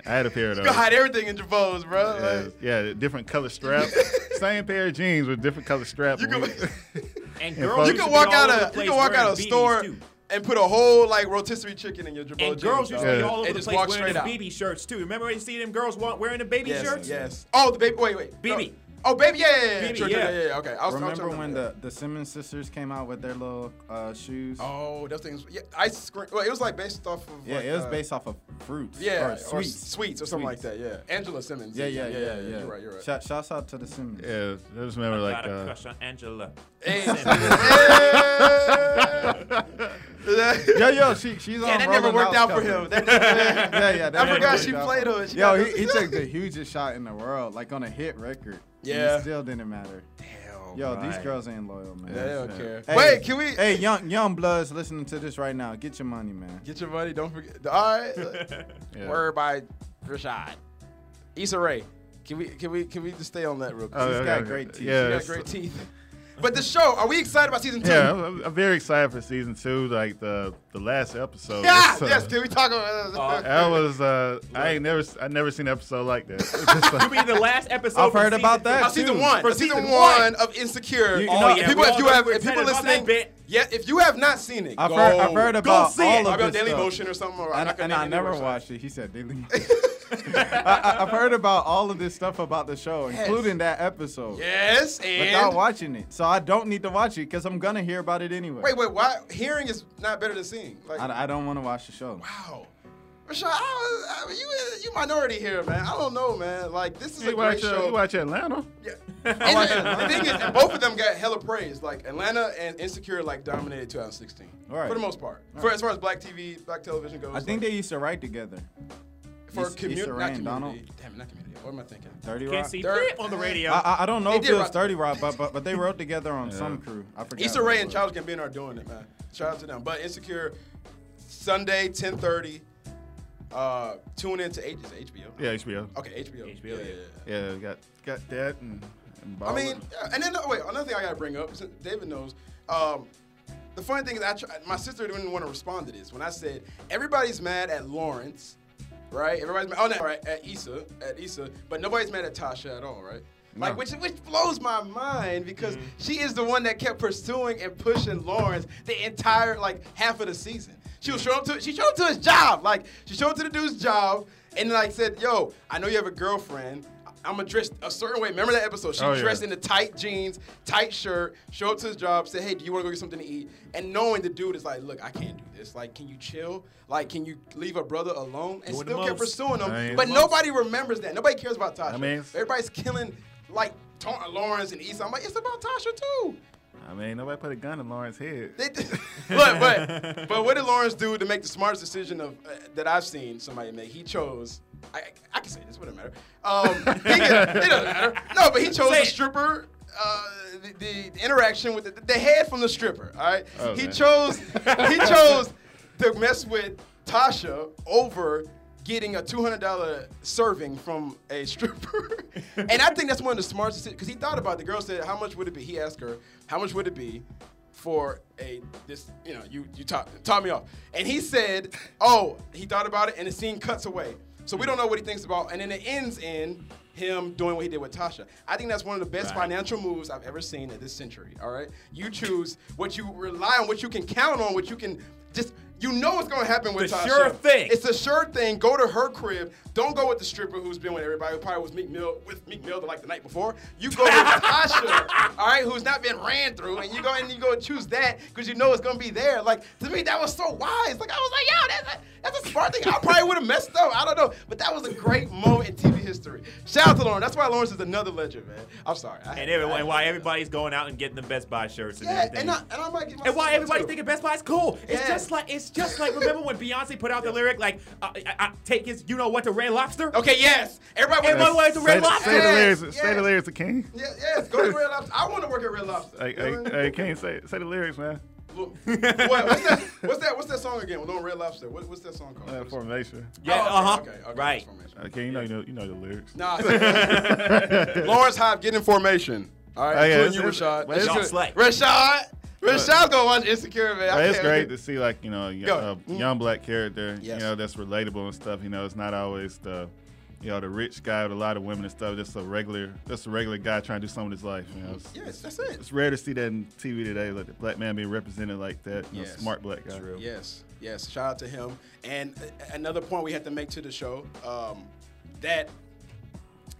S6: I had a pair of
S3: you
S6: those.
S3: can hide everything in Javos, bro.
S6: Yeah,
S3: Like,
S6: yeah, different color strap. Same pair of jeans with different color strap.
S3: You
S6: when
S3: can-
S6: we-
S5: And
S6: You
S5: girls
S3: you
S6: used
S3: can
S5: can
S3: walk out of you can walk out of a store
S5: Too.
S3: and put a whole like rotisserie chicken in your Jabos.
S5: And girls
S3: jeans,
S5: used
S3: dog.
S5: to be
S6: Yeah.
S5: all
S3: And
S5: over the
S3: just
S5: place
S3: walk
S5: wearing
S3: straight
S5: the
S3: out.
S5: BB shirts too. Remember when you see them girls wa- wearing the baby
S3: yes,
S5: shirts?
S3: yes. Oh, the baby. Wait, wait.
S5: BB.
S3: No. Oh, baby. Yeah, yeah, yeah.
S5: BB,
S3: Sure, sure,
S5: yeah.
S3: yeah, yeah. Okay. I was I was
S4: remember
S3: trying to
S4: when
S3: remember.
S4: the, the Simmons sisters came out with their little uh, shoes?
S3: Oh, those things. Yeah, ice cream. Well, it was like based off of.
S4: yeah,
S3: like,
S4: it was
S3: uh,
S4: based off of fruits
S3: Yeah,
S4: or sweets.
S3: sweets or something like that. Yeah, Angela Simmons.
S4: Yeah, yeah, yeah, yeah.
S3: You're right. You're right.
S4: Shout, shouts out to the Simmons.
S6: yeah, I just remember like
S5: Got a
S6: uh,
S5: crush on Angela.
S3: Hey,
S4: Yo, yo, she, she's on.
S3: Yeah, that never
S4: Rolling
S3: worked
S4: Loud
S3: out for
S4: cover.
S3: him. That never-
S4: yeah, yeah.
S3: I
S4: that never
S3: forgot
S4: worked
S3: she
S4: out
S3: played
S4: for
S3: her. She
S4: Yo,
S3: got
S4: he, he took the hugest shot in the world, like on a hit record. and
S3: Yeah.
S4: it still didn't matter.
S3: Damn.
S4: Yo, these
S5: Right.
S4: girls ain't loyal, man.
S3: They don't care.
S4: Hey,
S3: Wait, can we?
S4: Hey, young young bloods, listening to this right now, get your money, man.
S3: Get your money. Don't forget. All right.
S6: yeah.
S3: Word by Rashad. Issa Rae. Can we? Can we? Can we just stay on that real quick?
S6: Oh,
S4: She's
S6: okay,
S4: got
S6: okay.
S4: great teeth.
S6: Yeah,
S3: You got
S6: that's-
S3: great teeth. But the show. Are we excited about season two?
S6: yeah. I'm- I'm, I'm very excited for season two. Like the the last episode.
S3: Yeah,
S6: was, uh,
S3: yes. Can we talk about?
S6: That was uh, I ain't never I never seen an episode like that. It's just like-
S5: You mean the last episode?
S4: I've
S5: from
S4: heard
S5: season
S4: about
S5: two?
S4: that.
S3: Uh, season
S4: too.
S3: one.
S5: For
S3: season,
S5: season
S3: one
S5: one.
S3: of Insecure.
S4: You-
S3: Oh,
S4: no,
S3: yeah,
S4: yeah,
S3: people,
S5: we
S3: if
S5: all
S3: you
S5: know
S3: have,
S5: we're
S3: if people
S5: excited about that
S3: listening,
S5: bit.
S3: yeah, if you have not seen it,
S4: I've
S3: go,
S4: heard, I've heard about
S5: see
S4: all
S5: it.
S4: of
S3: about
S4: this
S3: Daily
S4: stuff.
S3: Motion or something. Or
S4: and,
S3: could
S4: and
S3: name
S4: I
S3: any
S4: never
S3: website.
S4: watched it. He said Daily Motion. I, I, I've heard about all of this stuff about the show, including that episode,
S3: Yes,
S4: without
S3: and
S4: watching it. So I don't need to watch it because I'm gonna hear about it anyway.
S3: wait, wait, why? Hearing is not better than seeing. Like,
S4: I, I don't want to watch the show.
S3: wow, Rashad, I was, I, you you minority here, man. I don't know, man. Like, this is a
S6: you,
S3: great
S6: watch, uh,
S3: show.
S6: you watch Atlanta?
S3: Yeah. And the, the thing is, and both of them got hella praise. Like Atlanta and Insecure, like dominated 2016
S4: Right.
S3: for the most part. For as far as black TV, black television goes,
S4: I think
S3: like,
S4: they used to write together.
S3: for
S4: Issa-
S3: community,
S4: Issa
S3: not
S4: Rae
S3: community.
S4: and Donald.
S3: Damn it, not community. What am I thinking?
S4: Thirty
S5: Can't
S4: Rock.
S5: see
S3: Third-
S5: Pip on the radio.
S4: I, I- I don't know
S3: They
S4: if
S3: did
S4: it was
S3: rock-
S4: Thirty Rock, but, but but they wrote together on some crew. I forgot.
S3: Issa
S4: what
S3: Rae
S4: it
S3: and
S4: was.
S3: Childish Gambino are doing it, man. Shout out to them. But Insecure, Sunday, 10:30. Uh, tune in to H- is it HBO.
S6: Yeah, HBO.
S3: Okay, HBO.
S5: HBO,
S3: Yeah, yeah,
S5: yeah.
S3: yeah.
S6: Yeah, got got that and, and
S3: I
S6: Ballin'.
S3: mean, yeah, and then oh, wait, another thing I gotta bring up. Since David knows. Um, the funny thing is, I tr- my sister didn't want to respond to this when I said everybody's mad at Lawrence, right? Everybody's mad. Oh, no, right, at Issa, at Issa, but nobody's mad at Tasha at all, right? Like, which which blows my mind because
S6: Mm-hmm.
S3: she is the one that kept pursuing and pushing Lawrence the entire like half of the season. She was showing up to she showed up to his job, like she showed up to the dude's job, and like said, "Yo, I know you have a girlfriend. I'm gonna dress a certain way." Remember that episode? She
S6: Oh, yeah.
S3: dressed in the tight jeans, tight shirt, showed up to his job, said, "Hey, do you want to go get something to eat?" And knowing the dude is like, "Look, I can't do this. Like, can you chill? Like, can you leave a brother alone?" And
S5: Doing the
S3: still kept
S5: most.
S3: pursuing him,
S6: Right.
S3: but
S6: The
S3: nobody remembers that. Nobody cares about Tasha.
S6: I mean, it's-
S3: everybody's killing like Ta- Lawrence and Issa. I'm like, it's about Tasha too.
S6: I mean, nobody put a gun in Lawrence's head.
S3: They did. Look, but but what did Lawrence do to make the smartest decision of uh, that I've seen somebody make? He chose. I, I can say this. Wouldn't matter. Um, he can, it doesn't matter. No, but he chose
S5: Say
S3: the
S5: it.
S3: stripper. Uh, the, the interaction with the, the head from the stripper. All right.
S6: Oh,
S3: he
S6: man.
S3: chose. He chose to mess with Tasha over. Getting a two hundred dollar serving from a stripper, and I think that's one of the smartest because he thought about it. The girl said, "How much would it be?" He asked her, "How much would it be for a this you know you you taught taught me off and he said oh he thought about it and the scene cuts away so we don't know what he thinks about and then it ends in him doing what he did with Tasha. I think that's one of the best financial moves I've ever seen in this century. All right, you choose what you rely on, what you can count on, what you can just You know it's gonna happen with
S5: It's a
S3: Tasha.
S5: sure thing.
S3: It's a sure thing. Go to her crib. Don't go with the stripper who's been with everybody. Who probably was Meek Mill with Meek Mill like the night before. You go with Tasha, all right, who's not been ran through, and you go and you go choose that because you know it's gonna be there. Like to me, that was so wise. Like I was like, yo, that's a, that's a smart thing. I probably would have messed up. I don't know, but that was a great moment in TV history. Shout out to Lawrence. That's why Lawrence is another legend, man. I'm sorry. I-
S5: And, everyone,
S3: I-
S5: and why everybody's going out and getting the Best Buy shirts and
S3: Yeah,
S5: everything.
S3: and, I, and I might get my
S5: And why
S3: sister
S5: everybody
S3: too.
S5: thinking Best Buy is cool? It's
S3: Yeah.
S5: just like it's just like remember when Beyonce put out the lyric like uh, I, I take his you know what to Red Lobster?
S3: Okay, yes. Everybody
S5: Everybody
S3: wants
S5: wants the Red
S6: Say-
S5: Lobster.
S6: Say the lyrics.
S3: Yes,
S6: Say the
S3: yes.
S6: lyrics of King.
S3: Yeah, yes, go to Red Lobster. I want to work at Red Lobster.
S6: I,
S3: You know what I mean?
S6: I, I can't say say the lyrics, man.
S3: Look, what, what's that? What's that? What's that song again? We're on Red Lobster. What, what's that song called? Oh,
S6: Uh, formation.
S5: Yeah,
S3: okay,
S5: uh-huh.
S3: okay, okay,
S5: right.
S3: formation.
S6: Okay, Uh, you know you know you know the lyrics.
S3: Nah, Lawrence Hop, get in formation. All right,
S6: Oh, yeah,
S3: including you,
S6: it's-
S3: Rashad.
S6: it's-
S5: Y'all
S3: Rashad,
S5: slay.
S3: Rashad, Rashad's gonna watch Insecure, man. I
S6: But it's
S3: can't-
S6: great to see like you know y-
S3: Go.
S6: uh, young black character
S3: Yes.
S6: you know that's relatable and stuff you know it's not always the you know the rich guy with a lot of women and stuff just a regular just a regular guy trying to do something with his life you know it's,
S3: Yes, that's it.
S6: it's rare to see that in TV today like the black man being represented like that you know,
S3: Yes.
S6: smart black guy
S3: Yes, yes. Shout out to him. And a- another point we had to make to the show um, that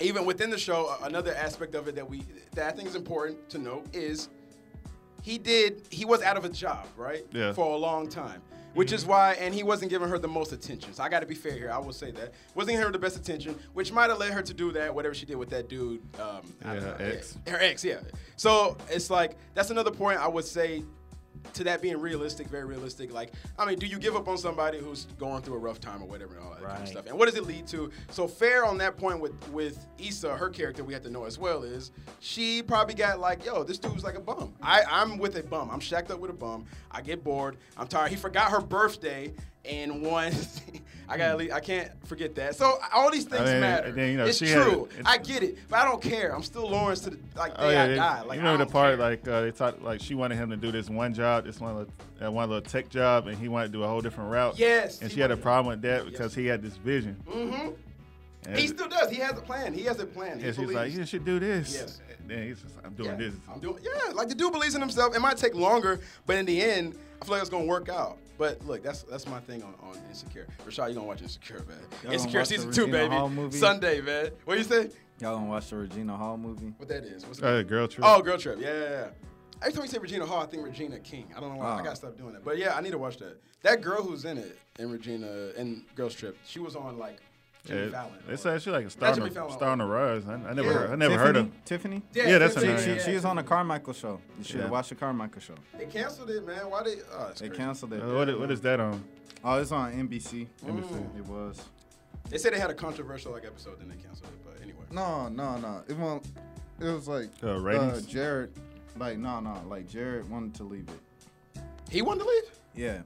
S3: even within the show, a- another aspect of it that we that I think is important to note is he did he was out of a job right
S6: Yeah. Mm-hmm.
S3: for a long time. Which is why, and he wasn't giving her the most attention. So I got to be fair here. I will say that wasn't giving her the best attention, which might have led her to do that, whatever she did with that dude. Um, I don't
S6: Yeah,
S3: know.
S6: ex.
S3: Her ex, yeah. So it's like that's another point I would say to that being realistic, very realistic. Like, I mean, do you give up on somebody who's going through a rough time or whatever and all that kind of
S5: Right.
S3: stuff? And what does it lead to? So fair on that point with with Issa, her character we had to know as well is she probably got like, yo, this dude's like a bum. I I'm with a bum. I'm shacked up with a bum. I get bored. I'm tired. He forgot her birthday. And once I gotta leave, I can't forget that. So all these things
S6: Hmm. I mean,
S3: matter.
S6: and then, you know,
S3: it's
S6: she had-
S3: true.
S6: it's-
S3: I get it, but I don't care. I'm still Lawrence to the like day
S6: Oh, yeah,
S3: I
S6: they-
S3: die. Like
S6: you
S3: I
S6: remember the
S3: don't care.
S6: part like uh, they talked like she wanted him to do this one job, this one little, uh, one little tech job, and he wanted to do a whole different route.
S3: Yes,
S6: and
S3: he
S6: she had a
S3: wanted-
S6: problem with that because he had this vision. Mm-hmm.
S3: He still does. He has a plan. He has a plan. He
S6: And she's like,
S3: believes.
S6: you should do this.
S3: Yes.
S6: And then he's just like, I'm doing
S3: yeah,
S6: this.
S3: I'm doing, yeah, like the dude believes in himself. It might take longer, but in the end, I feel like it's gonna work out. But look, that's that's my thing on, on Insecure. Rashad, you gonna watch Insecure, man?
S4: Y'all gonna
S3: Insecure
S4: watch the
S3: season two,
S4: Regina
S3: baby.
S4: Hall movie?
S3: Sunday, man. What you say?
S4: Y'all gonna watch the Regina Hall movie?
S3: What that is? What's
S6: Uh,
S3: that?
S6: girl trip.
S3: Oh, Girl Trip. Yeah, yeah, yeah. Every time you say Regina Hall, I think Regina King. I don't know why. I
S4: Ah.
S3: gotta stop doing that. But yeah, I need to watch that. That girl who's in it in Regina in Girls Trip, she was on like Jimmy
S6: Yeah,
S3: Fallon.
S6: They
S3: or-
S6: said she's like a
S3: Not
S6: star, on,
S3: Jimmy
S6: the-
S3: Fallon.
S6: star on the rise. I, I never,
S3: Yeah.
S6: heard, I never heard of.
S4: Tiffany. Tiffany?
S6: Yeah, that's
S3: Tiffany,
S6: another-
S4: She,
S6: Yeah.
S4: she, she was on the Carmichael show. You should
S6: Yeah.
S4: have watched the Carmichael show.
S3: They canceled it, man. Why they? Oh, it's
S4: They
S3: crazy.
S4: canceled it.
S6: Uh, what, i- what is that on?
S4: Oh, it's on NBC.
S6: NBC.
S4: It was.
S3: They said they had a controversial like episode, then they canceled it. But anyway.
S4: No, no, no. It won't. It was like
S6: Uh, ratings?
S4: Jared. Like no, no. Like Jared wanted to leave it.
S3: He wanted to leave?
S4: Yeah.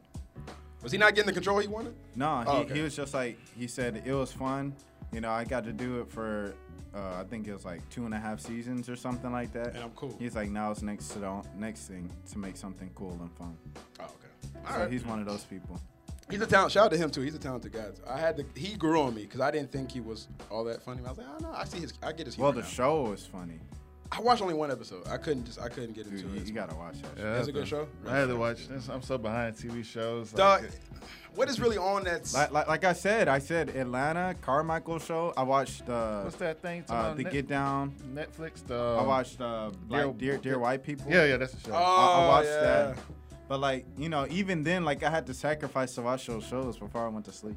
S3: Was he not getting the control he wanted?
S4: No, he,
S3: Oh, okay.
S4: he was just like he said it was fun. You know, I got to do it for uh, I think it was like two and a half seasons or something like that.
S3: And I'm cool.
S4: He's like now it's next to the next thing to make something cool and fun.
S3: Oh, okay.
S4: so
S3: All right.
S4: he's one of those people.
S3: He's a talent. Shout out to him too. He's a talented guy. I had to. He grew on me because I didn't think he was all that funny. I was like, oh no, I see his. I get his.
S4: Well,
S3: humor
S4: the
S3: now.
S4: show is funny.
S3: I watched only one episode. I couldn't just. I couldn't get
S4: Dude,
S3: into
S4: you,
S3: it.
S4: you gotta watch that.
S6: Yeah,
S3: That's
S6: I
S3: a good
S6: have to-
S3: show.
S6: I had to watch this. I'm so behind TV shows.
S3: Dog,
S6: like,
S3: what is really on that's
S4: Like, like, like I said, I said Atlanta Carmichael show. I watched uh,
S6: what's that thing? It's
S4: uh
S6: on
S4: the
S6: Net-
S4: Get Down.
S6: Netflix. The,
S4: I watched uh,
S6: Dear-
S4: Black Dear Dear White People.
S6: Yeah, yeah, that's the show.
S3: Oh,
S4: I, I watched
S3: yeah.
S4: that. But like, you know, even then, like I had to sacrifice to watch those shows before I went to sleep.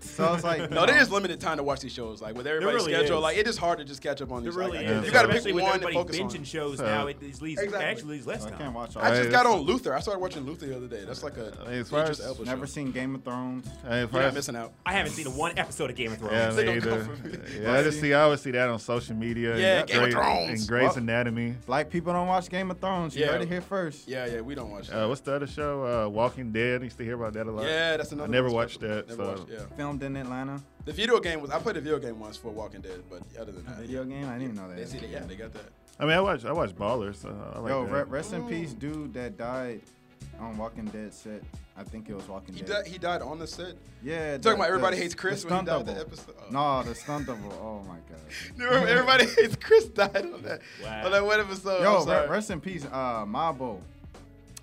S4: so I was like,
S3: No, there is limited time to watch these shows. Like with everybody's
S5: really
S3: schedule,
S5: is.
S3: like it is hard to just catch up on
S5: It
S3: these.
S5: really
S3: like,
S5: is.
S3: You got to
S5: Especially
S3: pick
S5: with
S3: one to
S5: everybody
S3: focus
S5: binging
S3: on.
S5: shows
S6: So-
S5: now, it it leaves
S3: Exactly.
S5: actually leaves less
S4: I can't
S5: time.
S4: watch all.
S3: I just
S4: that.
S6: Hey,
S3: got on
S6: that's-
S3: Luther. I started watching Luther the other day. That's like a
S6: Hey, as far
S3: Idris
S6: as-
S3: Elba
S4: Never
S3: show.
S4: seen Game of Thrones.
S6: I mean,
S3: You're not
S6: first-
S3: missing out.
S5: I haven't seen one episode of Game of Thrones.
S6: Yeah,
S3: They
S6: me
S3: don't come
S6: either.
S3: from me.
S6: Yeah, I just see. I always see that on social media.
S3: Yeah,
S6: and
S3: Game of
S6: Grey-
S3: Thrones.
S6: and Grey's
S4: Well-
S6: Anatomy.
S4: Black people don't watch Game of Thrones. You
S3: Yeah.
S4: heard it here first.
S3: Yeah, yeah, we don't watch that.
S6: Uh, what's the other show? Uh, Walking Dead. I used to hear about that a lot.
S3: yeah, that's another.
S6: I never
S3: one.
S6: watched that.
S3: Never
S6: so
S3: watched. Yeah,
S4: Filmed in Atlanta.
S3: the video game was. I played a video game once for Walking Dead, but other than that,
S4: Video game. I didn't even know
S3: they see
S4: that.
S3: that. Yeah, they got that.
S6: I mean, I watch. I watch Ballers. So I like
S4: Yo,
S6: that.
S4: re- rest in
S3: Mm.
S4: peace, dude that died on Walking Dead set. I think it was Walking
S3: He
S4: Dead.
S3: died. He died on the set.
S4: Yeah.
S3: Talking about Everybody Hates Chris
S4: the
S3: when he
S4: stunt
S3: died the
S4: double.
S3: episode- oh.
S4: No, the stunt double. Oh my god.
S3: Remember, everybody hates Chris died on that.
S5: Wow.
S3: On that one episode. I'm
S4: Yo, re-
S3: Oh, sorry.
S4: rest in peace, uh, Mabo.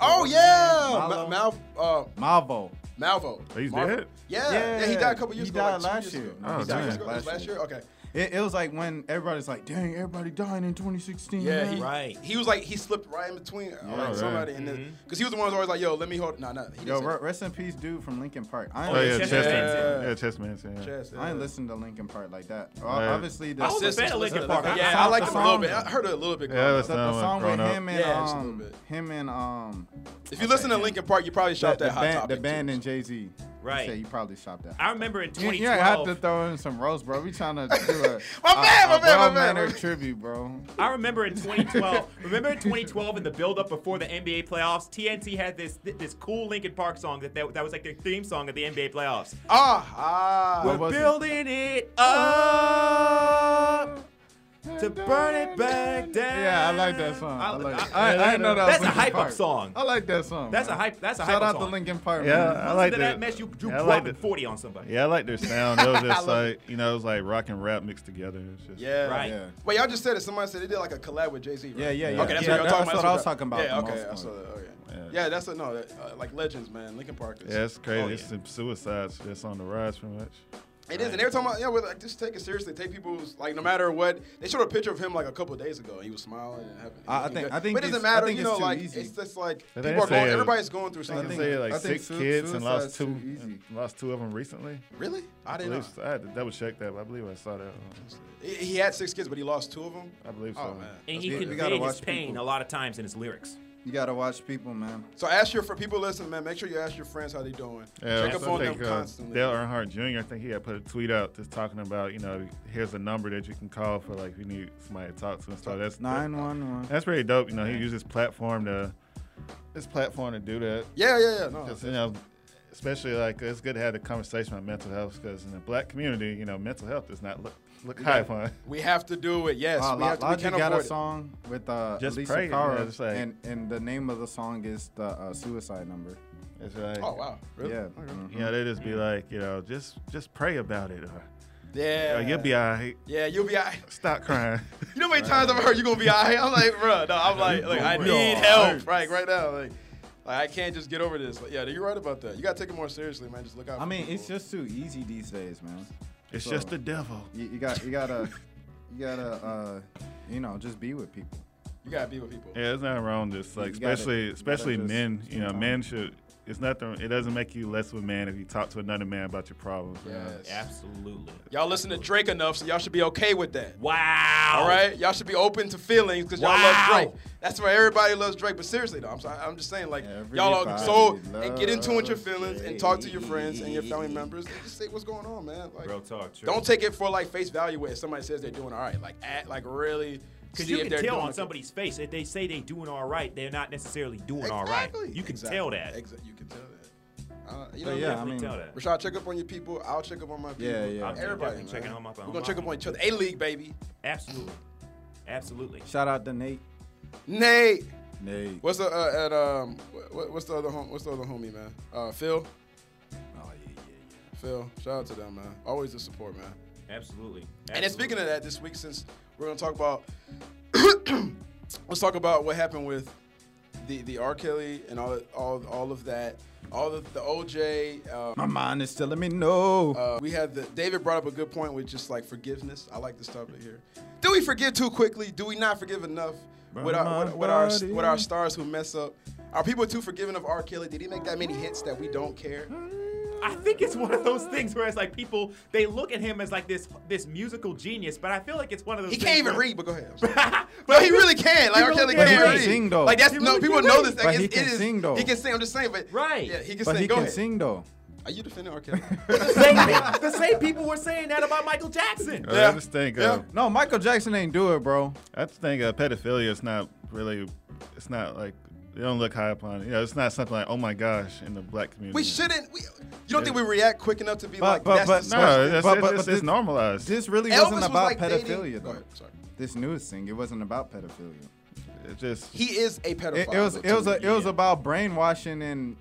S3: Oh yeah, Ma-
S4: Malvo.
S3: Mal, uh,
S4: Malvo.
S3: Malvo.
S6: Oh, He's
S3: Malvo.
S6: dead?
S3: Yeah. yeah, He died a couple years
S4: he
S3: ago. like
S4: died
S3: two
S4: last
S3: years
S4: year.
S3: ago.
S4: No,
S6: Oh,
S4: he
S3: Two
S6: damn.
S3: years
S4: died
S3: ago.
S4: last year.
S3: Last year. Okay.
S4: It, it was like when everybody's like, dang, everybody dying in 2016.
S3: Yeah,
S4: man."
S3: he,
S5: Right. Mm-hmm.
S3: He was like he slipped right in between uh, like
S6: right.
S3: somebody in the because he was the one who was always like, "Yo, let me hold." Nah, nah. He
S4: Yo,
S3: didn't say
S4: re-
S3: that.
S4: rest in peace, dude from Lincoln Park. I ain't,
S6: Oh yeah,
S5: Chess
S6: Chess
S5: Manson.
S6: Manson. Yeah, Chess Manson. Yeah.
S3: Chess,
S4: I
S3: yeah.
S4: ain't listened to Lincoln Park like that. Uh,
S6: Right.
S4: Obviously, the,
S5: I was a
S4: the,
S5: fan of Linkin
S3: Yeah,
S5: Park.
S3: Yeah,
S4: I
S3: I liked
S4: found
S3: him a little bit.
S4: the
S5: oh.
S4: song.
S3: I heard it a little bit.
S6: Yeah,
S3: growing
S6: that's
S3: up.
S6: not-
S4: the
S6: Someone
S4: song with
S6: growing up.
S4: him and
S3: Yeah, just a little
S4: um,
S3: bit.
S4: him and um,
S3: if you listen to Lincoln Park, you probably
S4: the,
S3: shot
S4: the
S3: that hot
S4: band,
S3: topic.
S4: the band and Jay Z.
S5: Right.
S4: He probably shopped that.
S5: I remember in
S4: You,
S5: 2012.
S4: you have to throw in some roast, bro. We trying to do a,
S3: My
S4: a,
S3: bad, my bad, my
S4: a
S3: bad, my
S4: well-mannered
S3: bad.
S4: tribute, bro.
S5: I remember in 2012. remember in 2012 in the build-up before the NBA playoffs, TNT had this this cool Linkin Park song that that, that was like their theme song at the NBA playoffs.
S3: Ah, ah.
S4: What was it?
S5: Building it up to burn it back down.
S4: Yeah, I like that song. I, like. it.
S6: I-
S4: I, I,
S6: I
S4: didn't know that.
S5: That's
S4: was
S5: a
S4: Linkin
S5: hype up
S4: Park.
S5: song.
S4: I like that song.
S5: That's a
S4: man.
S5: hype. That's a hype
S4: Shout
S5: up
S4: out
S5: song.
S4: to Lincoln Park.
S6: Yeah,
S4: man.
S6: I like
S5: to
S6: that.
S5: that mess, you you
S6: yeah, I like
S5: dropping
S6: the-
S5: 40 on somebody.
S6: Yeah, I like their sound. It was
S5: I
S6: just
S5: love
S6: like you know, it was like rock and rap mixed together. It's just,
S3: Yeah.
S5: Right.
S4: Yeah.
S3: Wait, y'all just said it. Somebody said they did like a collab with Jay Z. Right?
S4: Yeah, yeah, yeah.
S3: Okay, that's
S4: Yeah,
S3: what y'all
S4: that's
S3: talking about.
S4: what I was talking about
S3: Yeah,
S4: the
S3: okay,
S4: most
S3: I saw
S4: on it.
S3: that. Okay. Yeah,
S6: Yeah.
S3: that's a, no, that, uh, like legends, man. Lincoln Park is.
S6: Yeah, it's crazy.
S5: Oh,
S6: It's
S5: yeah.
S6: some suicides that's on the rise pretty much.
S3: It is, and they were talking about yeah, we're like just take it seriously. Take people's like no matter what. They showed a picture of him like a couple of days ago, and he was smiling and having.
S4: I- I
S3: looking
S4: think-
S3: good.
S4: I think
S3: but it doesn't
S4: it's- I
S3: matter.
S4: think
S3: you
S4: it's
S3: know,
S4: too
S3: like
S4: easy.
S3: it's just like
S6: They
S3: people are
S6: say
S3: going.
S6: it-
S3: Everybody's going through
S6: I
S4: I
S6: can
S3: something.
S4: think-
S6: say like
S4: I think
S6: six
S4: sui-
S6: kids and lost
S4: suicide's too
S6: two,
S4: easy.
S6: and lost two of them recently.
S3: really, I
S6: I,
S3: didn't know.
S6: believe so. I had to double check that, but I believe I saw that. One.
S3: He, he had six kids, but he lost two of them.
S6: I believe so.
S3: Oh man.
S5: And he
S4: We- we gotta
S5: conveyed his
S4: watch
S5: pain
S4: people.
S5: a lot of times in his lyrics.
S4: You gotta watch people, man.
S3: So ask your fr- people. Listen, man. Make sure you ask your friends how they doing.
S6: Yeah,
S3: Check up
S6: I
S3: on them
S6: think, uh,
S3: constantly.
S6: Dale Earnhardt Jr. I think he had put a tweet out just talking about you know here's a number that you can call for like if you need somebody to talk to and stuff. That's
S4: Nine one Uh, one.
S6: That's pretty dope. You know, he used his platform to Oh, his platform to do that.
S3: yeah, yeah, yeah. No,
S6: 'Cause, you know, especially like it's good to have a conversation about mental health because in the black community, you know, mental health is not look look high upon.
S3: we have to do it. Yes,
S4: Uh,
S3: we have to. We
S4: Logic
S3: can't
S4: got a
S3: afford it.
S4: song with uh,
S6: Just
S4: Lisa
S6: pray,
S4: Cara,
S6: man, it's like-
S4: and and the name of the song is the uh, suicide number.
S6: It's like,
S3: Oh wow, really?
S4: Yeah,
S3: Okay.
S4: mhm.
S6: You know, they just be like, you know, just just pray about it, or
S3: Yeah.
S6: "Oh, you'll be all right.
S3: Yeah, you'll be. I-
S6: Stop crying.
S3: You know how many times I've heard you gonna be out here? I'm like, bruh, no, I'm like, like I need help, right, right now, like, like I can't just get over this. Like, yeah, you're right about that. You gotta take it more seriously, man. Just look out.
S4: I
S3: for
S4: mean, it's
S3: people.
S4: just too easy these days, man.
S6: it's
S4: So-
S6: just the devil.
S4: You, you got you gotta you gotta uh, you know just be with people.
S3: you gotta be with people.
S6: Yeah, there's nothing wrong with this. Like,
S4: You gotta-
S6: especially
S4: you gotta
S6: especially
S4: just
S6: men. You know,
S4: sometimes.
S6: men should. It's nothing. It doesn't make you less of a man if you talk to another man about your problems. you know?
S3: Yes.
S5: Absolutely.
S3: Y'all listen to Drake enough, so y'all should be okay with that.
S5: Wow.
S3: All right, y'all should be open to feelings because y'all
S5: Wow.
S3: love Drake. That's why everybody loves Drake. But seriously, though, I'm sorry, I'm just saying, like, y'all are
S4: Everybody
S3: so and get in tune with your
S4: loves
S3: feelings and talk to your friends and your family members and just say what's going on, man. Like,
S5: Real talk. True.
S3: Don't take it for like face value where somebody says they're doing all right. Like at like really
S5: Because
S3: see
S5: you
S3: if
S5: can
S3: they're
S5: tell
S3: doing
S5: on
S3: it.
S5: somebody's face if they say they doing all right, they're not necessarily doing all right.
S3: Exactly.
S5: You can
S3: Exactly.
S5: tell that.
S3: Exa- you can tell that. Uh, you know
S4: But
S3: what I
S4: yeah, I
S3: mean?
S5: You
S4: mean,
S5: can tell that.
S3: Rashad, check up on your people. I'll check up on my people.
S4: Yeah, yeah. I'm
S3: Everybody,
S5: definitely
S3: man.
S5: checking on my-
S3: We're
S5: on
S3: gonna
S5: my
S3: check up
S5: people.
S3: on each other. A league, baby.
S5: Absolutely. Absolutely.
S4: shout out to Nate.
S3: Nate,
S4: Nate.
S3: what's the uh, at um wh- wh- what's the other hom- what's the other homie man? Uh, Phil,
S4: Oh yeah, yeah,
S3: Phil. Shout out to them, man. Always the support, man.
S5: Absolutely.
S3: And then speaking of that, this week since we're gonna talk about, let's talk about what happened with the the R. Kelly and all all all of that, all the the OJ. Uh,
S4: My mind is telling me no.
S3: uh, we had the David brought up a good point with just like forgiveness. I like this topic here. Do we forgive too quickly? Do we not forgive enough? With our with, with our with our stars who mess up, are people too forgiving of R. Kelly? Did he make that many hits that we don't care?
S5: I think it's one of those things where it's like people they look at him as like this this musical genius, but I feel like it's one of those
S3: He
S5: things
S3: can't even
S5: where-
S3: read, but go ahead. I'm sorry. No, he really can. Like
S5: He
S3: R. Kelly
S5: really
S3: can't
S5: can. But he
S3: read.
S5: can
S4: sing, though.
S3: Like that's
S5: He
S3: no
S5: really
S3: people
S5: can
S3: know
S5: read.
S3: this. Like,
S4: But
S3: it's-
S4: he
S3: it
S4: can
S3: is-
S4: sing, though.
S3: He can sing. I'm just saying, but
S5: Right.
S3: Yeah, he can
S4: but
S3: sing.
S4: he
S3: Go
S4: can
S3: ahead.
S4: sing though.
S3: Are you defending R. Kelly?
S5: the same, pe- the same people were saying that about Michael Jackson.
S6: Uh,
S3: Yeah.
S6: I just think.
S3: Yeah.
S6: Uh,
S4: No, Michael Jackson ain't do it, bro.
S6: I just think uh, pedophilia is not really, it's not like, they don't look high upon it. You know, it's not something like, oh my gosh, in the black community.
S3: we shouldn't. We, you don't think we react quick enough to be like,
S4: But- but-
S3: that's
S4: but-
S3: disgusting?
S6: No, it's,
S4: But-
S6: it's,
S4: but-
S6: it's,
S4: but
S6: it's
S4: thi-
S6: normalized.
S4: This really
S3: Elvis
S4: wasn't
S3: was
S4: about
S3: like
S4: pedophilia,
S3: dating. Go
S4: though.
S3: ahead, sorry.
S4: This news thing, it wasn't about pedophilia.
S6: It's just,
S3: He is a pedophile.
S4: It, it was
S3: though,
S4: it was
S3: too.
S4: a, it was about brainwashing and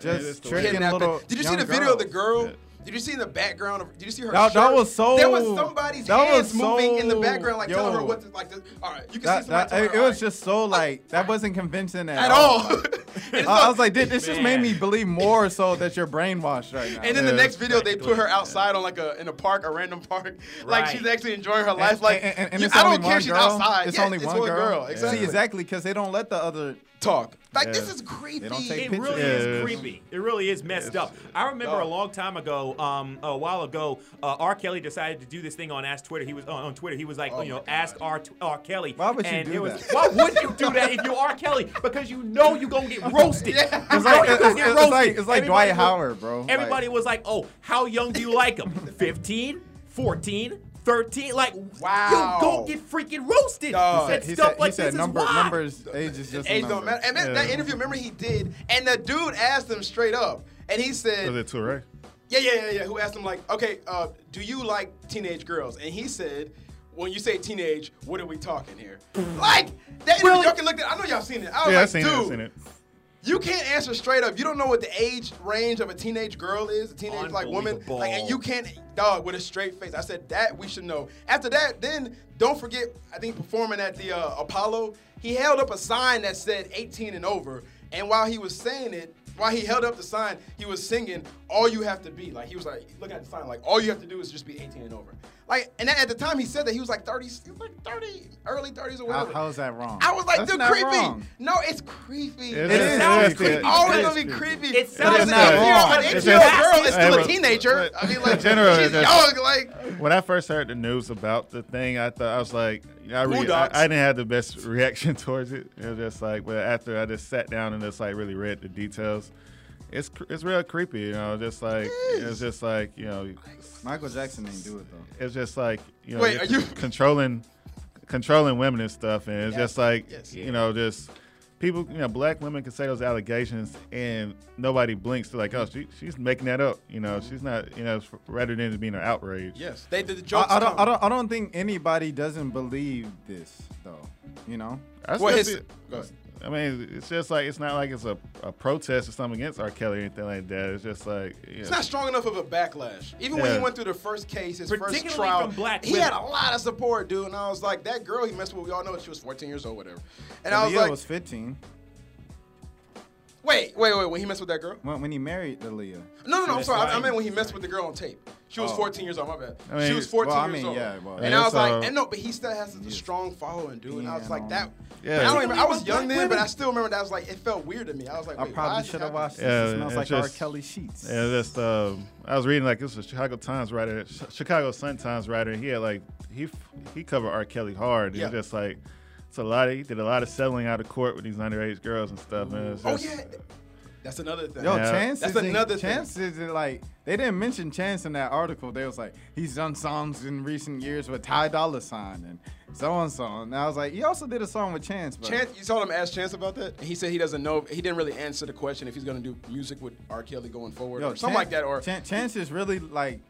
S6: Yeah, that's
S4: just
S6: the way-
S4: tricking
S3: Kidnapping.
S4: little.
S3: Did you see
S4: young
S3: the video of the
S4: girls.
S3: girl?
S6: Yeah.
S3: Did you see the background of? Did you see her?
S4: That- that
S3: shirt?
S4: was so-
S3: There was somebody's
S4: that
S3: hands
S4: was so-
S3: moving in the background, like telling her
S4: yo.
S3: what to like. This, all right, you can see
S4: That,
S3: somebody.
S4: that,
S3: telling
S4: it,
S3: her,
S4: it
S3: all
S4: was
S3: right,
S4: just so like that wasn't convincing at,
S3: at all.
S4: Like,
S3: And it's
S4: I
S3: all-
S4: was like, this, this just made me believe more so that you're brainwashed right now.
S3: And then the
S6: Yeah,
S3: next video, they put
S5: exactly.
S3: her outside on like a in a park, a random park, like
S5: Right.
S3: she's actually enjoying her life. Like
S4: and, and, and
S3: you-
S4: it's
S3: I
S4: only
S3: don't care
S4: one
S3: if she's
S4: girl.
S3: outside.
S4: It's
S3: Yeah,
S4: only
S3: it's
S4: one girl.
S3: Exactly.
S4: See, exactly, because they don't let the other.
S3: Talk. Like
S6: Yeah.
S3: this is creepy.
S4: They don't take
S5: It
S4: pictures.
S5: really
S6: Yeah.
S5: is creepy. It really is messed up. I remember a long time ago, um, a while ago, uh, R. Kelly decided to do this thing on Ask Twitter. He was on, on Twitter. He was like, you know, ask R. T- R. Kelly.
S4: Oh Why would you
S5: and
S4: do
S5: it was,
S4: that?
S5: Why would you do that if you are Kelly? Because you know you're gonna get roasted. You
S4: It's
S5: know
S4: like,
S5: you
S4: it's,
S5: gonna
S4: it's,
S5: get
S4: it's
S5: roasted.
S4: like, it's like
S5: Everybody
S4: Dwight
S5: was-
S4: Howard, bro.
S5: Everybody
S4: Like,
S5: was like, oh, how young do you like him? 15, 14, 13? Like,
S3: Wow.
S5: you go get freaking roasted.
S3: Dog.
S5: And
S4: he
S5: stuff
S4: said, he
S5: like
S4: said
S5: this
S4: number,
S5: is why.
S4: numbers, age is just a
S3: Age
S4: number.
S3: don't matter. And that, that
S6: Yeah.
S3: interview, remember he did, and the dude asked him straight up, and he said,
S6: Was it Toure?
S3: Yeah, yeah, yeah, yeah. Who asked him like, okay, uh, do you like teenage girls? And he said, when you say teenage, what are we talking here? like that interview,
S5: Really?
S3: y'all can look at. I know y'all seen it. I was
S6: Yeah, I
S3: like,
S6: seen
S3: dude,
S6: it. I seen it.
S3: you can't answer straight up. You don't know what the age range of a teenage girl is, a teenage like woman,
S5: Unbelievable.
S3: like, and you can't dog with a straight face. I said that we should know. After that, then don't forget. I think performing at the uh, Apollo, he held up a sign that said 18 and over, and while he was saying it. While he held up the sign, he was singing "All You Have to Be." Like he was like, look at the sign, like all you have to do is just be 18 and over. Like, and at the time he said that he was like 30, he was like 30, early 30s or
S4: How,
S3: whatever.
S4: how is that wrong?
S3: I was like,
S4: That's
S3: dude,
S4: not
S3: creepy.
S4: wrong.
S3: No, it's creepy.
S4: It
S6: It is.
S4: is
S5: sounds
S6: creepy.
S5: creepy.
S3: Always
S4: It is
S3: gonna be
S4: creepy.
S3: creepy.
S5: It
S3: But
S5: sounds
S3: it's not
S5: creepy.
S3: wrong.
S5: It's
S3: An
S5: just-
S3: eight-year-old girl is
S6: Hey,
S3: still a
S6: but-
S3: teenager. I mean, like,
S6: In general,
S3: she's
S6: that's-
S3: young. Like,
S6: When I first heard the news about the thing, I thought I was like, I,
S3: Cool
S6: re- I,
S3: docs.
S6: I didn't have the best reaction towards it. It was just like, but after I just sat down and just like really read the details, it's cr- it's real creepy, you know. Just like it's just like you know,
S4: Michael Jackson didn't do it though.
S6: it's just like you know,
S3: Wait,
S6: you're
S3: are you-
S6: controlling controlling women and stuff, and it's just like
S3: Yes.
S6: you know, just people, you know, black women can say those allegations, and nobody blinks. They're like, oh, she, she's making that up, you know. She's not, you know, it's rather than it being an outrage.
S3: yes, they did the jokes.
S4: I, I don't, I don't, I don't think anybody doesn't believe this though. You know,
S6: I
S3: Well,
S6: still
S3: his-
S6: see-
S3: go ahead.
S6: I mean, it's just like it's not like it's a, a protest or something against R. Kelly or anything like that. It's just like you
S3: It's
S6: know,
S3: not strong enough of a backlash. Even when he
S6: Yeah.
S3: went through the first case, his first
S5: Particularly
S3: trial,
S5: from black
S3: he
S5: women.
S3: had a lot of support, dude. And I was like, that girl he messed with, we all know she was 14 years old, whatever. And I was
S4: Aaliyah
S3: like,
S4: was 15
S3: wait, wait, wait, when he messed with that girl?
S4: when, when he married Aaliyah.
S3: No, no, no. I'm
S5: that's
S3: sorry. I- I
S5: right.
S3: meant when he messed with the girl on tape. She was
S4: Oh.
S3: 14 years old. My bad.
S6: I mean,
S3: she was 14
S4: well, I
S3: years
S4: mean,
S3: old.
S4: yeah, well,
S3: and
S6: yeah,
S3: I was like,
S6: so-
S3: and no, but he still has a strong following, dude. And I was
S4: Yeah,
S3: like, that.
S6: Yeah.
S3: I don't
S6: Really
S3: remember. I was
S5: about
S3: young
S5: black
S3: then, but I
S5: women?
S3: still remember that. I was like, it felt weird to me. I was like,
S4: I
S3: wait,
S4: probably should have watched this.
S6: Yeah,
S4: it smells
S6: it's
S4: like R.
S6: just-
S4: Kelly sheets.
S6: yeah, it's just um, I was reading like this was a Chicago Times writer, Ch- Chicago Sun Times writer. and He had like he f- he covered R. Kelly hard. It's
S3: Yeah.
S6: just like it's a lot. Of, he did a lot of settling out of court with these underage girls and stuff. And it's
S3: Oh
S6: just,
S3: yeah, that's another thing.
S4: Yo,
S6: Yeah.
S4: Chance
S3: That's
S4: is in-
S3: another thing.
S4: Chance is in, like they didn't mention Chance in that article. They was like he's done songs in recent years with Ty Dolla Sign and so and so. And I was like, he also did a song with Chance, but
S3: Chance, you saw him ask Chance about that, and he said he doesn't know. He didn't really answer the question if he's gonna do music with R. Kelly going forward
S4: Yo,
S3: or something like that. Or
S4: Chan- Chance is really like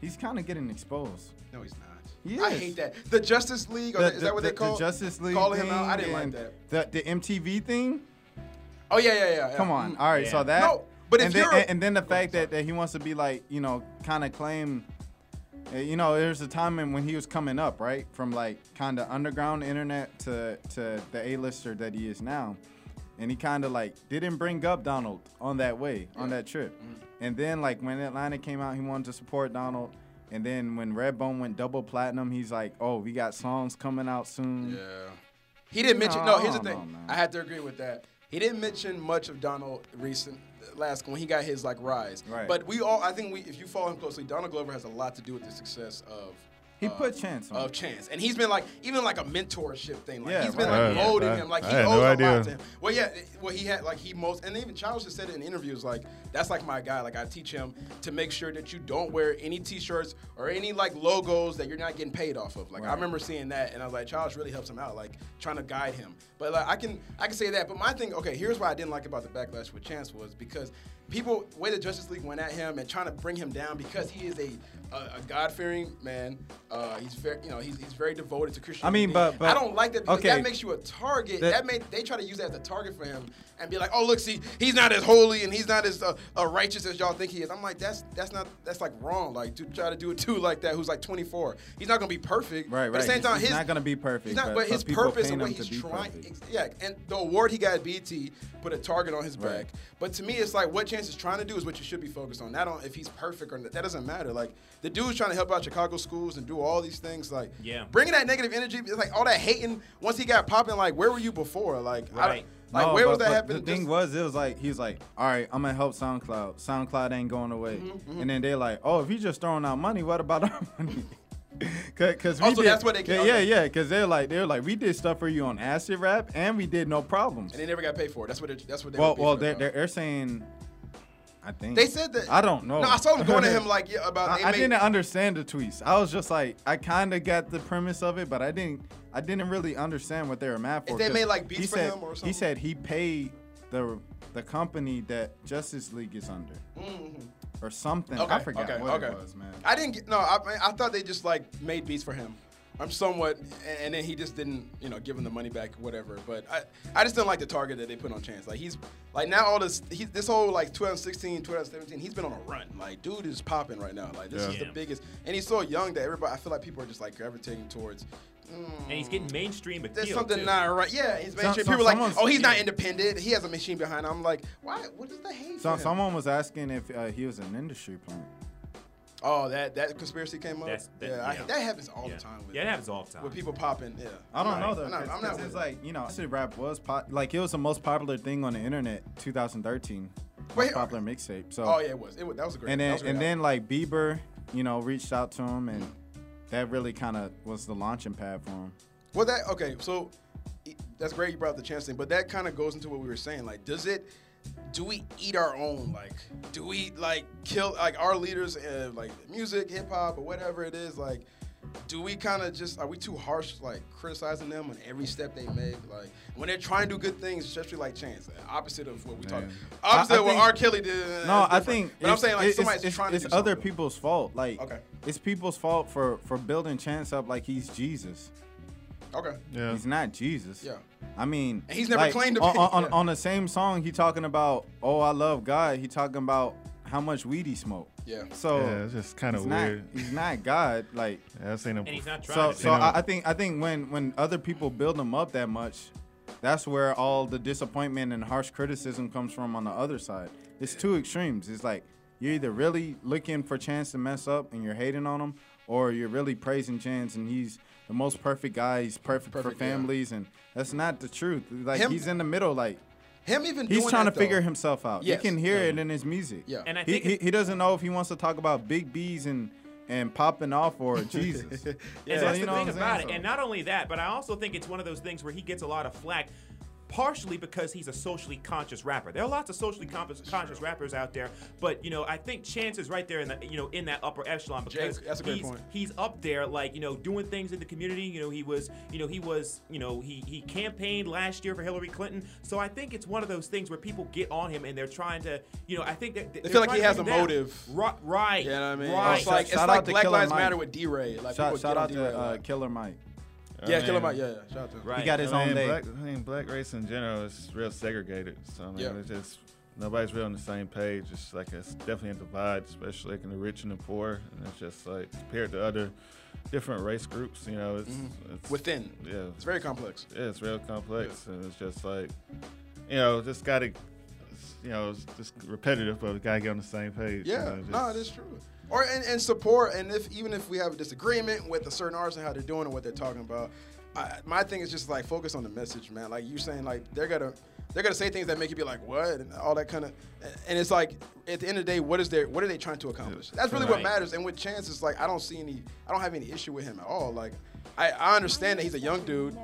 S4: he's kind of getting exposed.
S3: no, he's not.
S4: He
S3: I
S4: is.
S3: hate that. The Justice League, or
S4: The-
S3: is that what
S4: the-
S3: they call
S4: the Justice League?
S3: Calling him out, I
S4: thing
S3: didn't like
S4: and
S3: that.
S4: The, the MTV thing.
S3: Oh yeah, yeah, yeah. yeah.
S4: Come on.
S3: Mm.
S4: All right.
S5: Yeah.
S4: So that.
S3: No, but if
S4: and then,
S3: you're-
S4: and, and then the fact that, that he wants to be like you know kind of claim, uh, you know, there's a time in when he was coming up right from like kind of underground internet to to the A-lister that he is now, and he kind of like didn't bring up Donald on that way on that trip,
S3: Mm-hmm.
S4: and then like when Atlanta came out, he wanted to support Donald. And then when Redbone went double platinum, he's like, "Oh, we got songs coming out soon."
S3: Yeah. He didn't mention. No,
S4: No,
S3: here's the
S4: no,
S3: thing.
S4: man.
S3: I had to agree with that. He didn't mention much of Donald recent last when he got his like rise.
S4: Right.
S3: But we all, I think we, if you follow him closely, Donald Glover has a lot to do with the success of.
S4: He
S3: uh,
S4: put Chance on.
S3: of Chance, and he's been like even like a mentorship thing. Like
S4: Yeah,
S3: he's been
S6: right.
S3: like molding
S6: Yeah,
S3: him. Like
S6: I
S3: he
S6: had
S3: owes a
S6: no
S3: lot
S6: idea.
S3: to him. Well, yeah. it- Well, he had like he most, and even Charles just said it in interviews. Like that's like my guy. Like I teach him to make sure that you don't wear any T-shirts or any like logos that you're not getting paid off of. Like I
S4: Right.
S3: remember seeing that, and I was like, Charles really helps him out, like trying to guide him. But like I can I can say that. But my thing, okay, here's why I didn't like about the backlash with Chance was because people way the Justice League went at him and trying to bring him down because he is a a, a God fearing man. Uh, he's very you know he's, he's very devoted to Christianity.
S4: but- but-
S3: I don't like that because
S4: okay.
S3: that makes you a target.
S4: That-
S3: That made they try to use that as a target for him. him and be like, "Oh, look, see, he's not as holy and he's not as uh, uh, righteous as y'all think he is." I'm like, that's that's not that's like wrong. Like to try to do a dude like that who's like 24, he's not gonna be perfect.
S4: Right, right.
S3: But at the same time,
S4: he's
S3: his
S4: not gonna be perfect.
S3: he's not, but, his
S4: people
S3: purpose
S4: paint
S3: and what
S4: him to
S3: he's
S4: be
S3: trying,
S4: perfect.
S3: ex- yeah. And the award he got at BT put a target on his
S4: Right.
S3: back. But to me, it's like what Chance is trying to do is what you should be focused on. Not on if he's perfect or not. That doesn't matter. Like the dude's trying to help out Chicago schools and do all these things. Like
S5: Yeah.
S3: bringing that negative energy, it's like all that hating. Once he got popping, like where were you before? Like I don't-
S5: Right.
S3: like
S4: No,
S3: where
S4: but-
S3: was that
S4: but
S3: happening?
S4: The thing
S3: Just-
S4: was, it was like he's like, all right, I'm gonna help SoundCloud. SoundCloud ain't going away.
S3: Mm-hmm,
S4: And then they like, oh, if he's just throwing out money, what about our money? Because
S3: Also, Oh, that's what they-
S4: yeah, yeah,
S3: okay.
S4: yeah. Because they're like, they're like, we did stuff for you on acid rap, and we did no problems.
S3: and they never got paid for it. That's what it, that's what they
S4: well,
S3: were beefing
S4: well, they're,
S3: about.
S4: they're they're saying, I think
S3: They said that.
S4: I don't know.
S3: No, I saw them going at him like yeah, about.
S4: I,
S3: they
S4: I
S3: made-
S4: didn't understand the tweets. I was just like, I kind of got the premise of it, but I didn't. I didn't really understand what they were mad for.
S3: they
S4: 'cause
S3: made, like, beats
S4: he
S3: for
S4: said,
S3: him or
S4: He
S3: something?
S4: said he paid the the company that Justice League is under, or something. I
S3: Mm-hmm. Okay,
S4: forgot
S3: okay,
S4: what
S3: okay.
S4: it was, man.
S3: I didn't get no. I, I thought they just like made beats for him. I'm somewhat, and, and then he just didn't, you know, give him the money back, whatever. But I, I just didn't like the target that they put on Chance. Like he's, like now all this, he's this whole like 2016, 2017, he's been on a run. Like dude is popping right now. Like this
S6: Yeah.
S3: is the
S5: Yeah.
S3: biggest, and he's so young that everybody, I feel like people are just like gravitating towards.
S5: and he's getting mainstream appeal.
S3: There's something
S5: too.
S3: not right. Yeah, he's mainstream.
S4: some-
S3: people are like,
S4: someone's-
S3: oh, he's not
S4: yeah.
S3: independent. He has a machine behind. him. I'm like, why? What is the hate?
S4: So,
S3: for him?
S4: someone was asking if uh, he was an industry plant.
S3: Oh, that that conspiracy came up.
S5: That's- that-
S3: yeah, I,
S5: yeah.
S3: that happens all
S5: Yeah.
S3: the time. With,
S5: Yeah, it happens all the time.
S3: With people popping, yeah.
S4: I don't
S3: I'm
S4: know
S3: not-
S4: though.
S3: I'm not. I'm not
S4: it's like you know, acid rap was pop, like it was the most popular thing on the internet, 2013,
S3: Wait,
S4: most popular mixtape. So
S3: oh yeah, it was. It was. That was a great.
S4: and
S3: that
S4: then
S3: was a great
S4: and
S3: album.
S4: then like Bieber, you know, reached out to him, and that really kind of was the launching pad for him.
S3: well, that okay. So e- that's great. You brought up the chance thing, but that kind of goes into what we were saying. Like, does it? Do we eat our own? Like, do we like kill like our leaders? Uh, like music, hip hop, or whatever it is. Like, do we kind of just are we too harsh? Like criticizing them on every step they make. Like when they're trying to do good things, especially like Chance, the opposite of what we talk.
S4: Man.
S3: Opposite
S4: I- I
S3: of what
S4: think-
S3: R. Kelly did. uh,
S4: No,
S3: is
S4: I
S3: different.
S4: think.
S3: But I'm
S4: it's-
S3: saying like
S4: it's-
S3: somebody's
S4: it's,
S3: trying
S4: it's
S3: to do
S4: other
S3: something.
S4: people's fault. Like,
S3: Okay.
S4: it's people's fault for for building Chance up like he's Jesus.
S3: Okay.
S6: Yeah.
S4: He's not Jesus.
S3: Yeah.
S4: I mean,
S3: And he's never
S4: like,
S3: claimed to
S4: on,
S3: be-
S4: on,
S3: yeah.
S4: on the same song. He talking about, oh, I love God. He talking about how much weed he smoked.
S3: Yeah.
S4: So
S6: Yeah, it's just kind of
S4: he's not
S6: weird.
S4: he's not God. Like
S6: Yeah, I've seen him.
S5: And he's not
S4: So,
S5: trying. to
S4: so
S6: You know-
S4: I, I think I think when when other people build them up that much, that's where all the disappointment and harsh criticism comes from on the other side. It's two extremes. It's like you're either really looking for Chance to mess up and you're hating on him, or you're really praising Chance and he's the most perfect guy. He's perfect, for
S3: Perfect, yeah.
S4: families, and that's not the truth. Like
S3: Him-
S4: he's in the middle. Like
S3: Him even
S4: he's
S3: doing
S4: trying to
S3: that,
S4: figure
S3: though.
S4: himself out.
S3: Yes.
S4: You can hear
S5: Yeah.
S4: it in his music.
S3: Yeah.
S5: And I
S4: he,
S5: think
S4: he,
S5: it-
S4: he doesn't know if he wants to talk about big B's and and popping off or Jesus.
S5: And
S4: So,
S5: that's
S4: you
S5: the
S4: know what
S5: thing
S4: I'm
S5: about
S4: saying?
S5: it. And
S4: So-
S5: not only that, but I also think it's one of those things where he gets a lot of flack, partially because he's a socially conscious rapper. There are lots of socially conscious, conscious rappers out there, but you know, I think Chance is right there in the you know in that upper echelon because
S3: Jake, that's a great
S5: he's,
S3: point.
S5: he's up there like you know doing things in the community. You know, he was you know he was you know he he campaigned last year for Hillary Clinton. So I think it's one of those things where people get on him and they're trying to you know I think that they
S3: feel like he has a motive.
S5: Right, right.
S3: You know what I mean?
S5: Right.
S3: It's like,
S4: Oh, Shout-
S3: it's
S4: shout
S3: like
S4: out to
S3: Black
S4: Killer
S3: Lives
S4: Mike.
S3: Matter with D-Ray. Like
S4: Shout,
S3: people
S4: shout
S3: get on
S4: out
S3: D-Ray
S4: to
S3: a lot.
S4: uh, Killer Mike.
S6: I
S3: yeah,
S6: mean,
S3: Killer Mike. Yeah, yeah. Shout out to him.
S5: Right.
S4: He got his
S6: I
S4: own
S6: mean,
S4: day.
S6: Black, I mean, black race in general is real segregated. So I mean,
S3: Yeah.
S6: it's just nobody's really on the same page. It's like it's definitely a divide, especially like in the rich and the poor. And it's just like compared to other different race groups, you know, it's,
S3: Mm-hmm.
S6: it's
S3: Within.
S6: Yeah,
S3: It's very complex.
S6: yeah, it's real complex, and it's just like, you know, just gotta, you know, it's just repetitive, but we gotta get on the same page. you
S3: Yeah,
S6: know, just-
S3: no, that's true. Or and, and support, and if even if we have a disagreement with a certain artist and how they're doing and what they're talking about, I, my thing is just like focus on the message, man. Like you're saying, like they're gonna they're gonna say things that make you be like, what, and all that kind of, and it's like at the end of the day, what is their what are they trying to accomplish? That's really what
S5: Right.
S3: matters. And with Chance, it's like I don't see any, I don't have any issue with him at all. Like I, I understand that he's a young dude,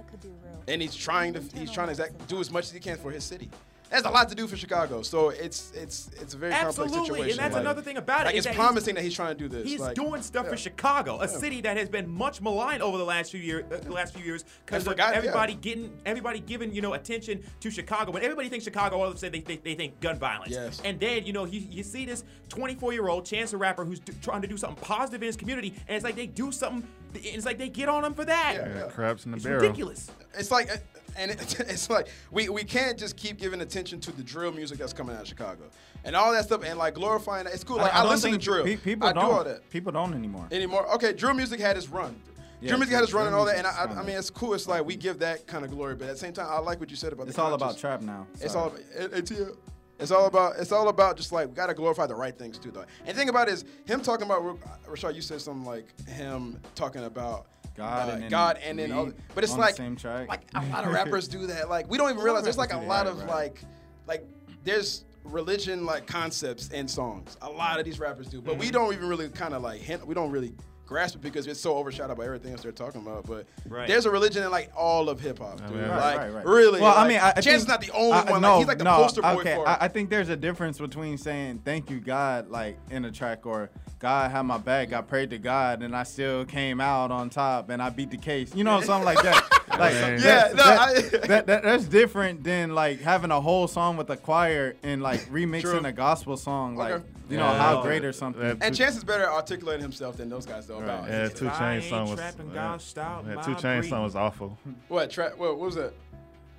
S3: and he's trying to he's trying to exact, do as much as he can for his city. That's a lot to do for Chicago, so it's it's it's a very complex
S5: Absolutely,
S3: situation.
S5: and that's
S3: Like-
S5: another thing about it.
S3: Like
S5: is
S3: it's
S5: that he's-
S3: promising that he's trying to do this.
S5: He's
S3: like,
S5: doing stuff for
S3: yeah.
S5: Chicago, a city that has been much maligned over the last few years. Uh, the last few years, because
S3: And forgot- yeah.
S5: everybody getting, everybody giving you know attention to Chicago. When everybody thinks Chicago, all of a sudden they, they, they think gun violence.
S3: Yes.
S5: And then you know you, you see this 24 year old Chance the rapper who's do, trying to do something positive in his community, and it's like they do something, it's like they get on him for that.
S3: Yeah, yeah.
S6: yeah, crabs in the
S5: It's
S6: barrel.
S5: ridiculous.
S3: It's like uh, and it, it's like we, we can't just keep giving attention to the drill music that's coming out of Chicago and all that stuff and like glorifying that. It's cool. Like I,
S4: don't
S3: listen to
S4: think
S3: drill.
S4: pe- people
S3: I
S4: don't.
S3: do all that
S4: People don't anymore.
S3: anymore. Okay, drill music had its run.
S4: Yeah,
S3: drill music had its run and all that, and I,
S4: drill
S3: I, I
S4: music's
S3: mean, it's cool. It's like we give that kind of glory, but at the same time, I like what you said about
S4: it's
S3: the
S4: all
S3: conscious-
S4: about trap now.
S3: It's
S4: Sorry.
S3: all about ATL. It's all about it's all about just like we gotta glorify the right things too though. And the thing about it is him talking about Rashad. You said something like him talking about
S4: God
S3: uh,
S4: and then
S3: God and then
S4: weed
S3: other, but it's
S4: on the
S3: like
S4: same track.
S3: like a lot of rappers do that. Like we don't even realize there's like a
S4: rappers do
S3: lot
S4: that,
S3: of
S4: right.
S3: like like there's religion like concepts in songs. A lot of these rappers do, but we don't even really kind of like hint. We don't really grasp it because it's so overshadowed by everything else they're talking about. But
S5: Right.
S3: there's a religion in like all of hip hop, dude.
S6: mean,
S4: Right,
S3: like
S4: right, right.
S3: really.
S4: Well,
S3: like,
S4: I mean, I, I
S3: Chance is
S4: think-
S3: not the only
S4: I-
S3: one. Like,
S4: no,
S3: he's like the
S4: no,
S3: poster boy
S4: okay.
S3: for it.
S4: I, I think there's a difference between saying "Thank you, God" like in a track, or "God had my back." I prayed to God, and I still came out on top, and I beat the case. You know, something like that. Like,
S6: Yeah,
S4: that-
S3: no,
S4: that-
S3: I-
S4: that- that- that's different than like having a whole song with a choir and like remixing
S3: True.
S4: a gospel song, like
S3: Okay.
S4: you know,
S6: Yeah.
S4: how great or something.
S6: That-
S3: and Chance is better at articulating himself than those guys though about
S6: Yeah,
S3: it.
S6: Two
S5: I
S6: Chainz
S5: ain't
S6: song was
S5: trapping,
S6: yeah.
S5: God, stop
S6: Yeah,
S5: my
S6: Two Chainz
S5: breathing.
S6: song was awful.
S3: What trap? What, what was that?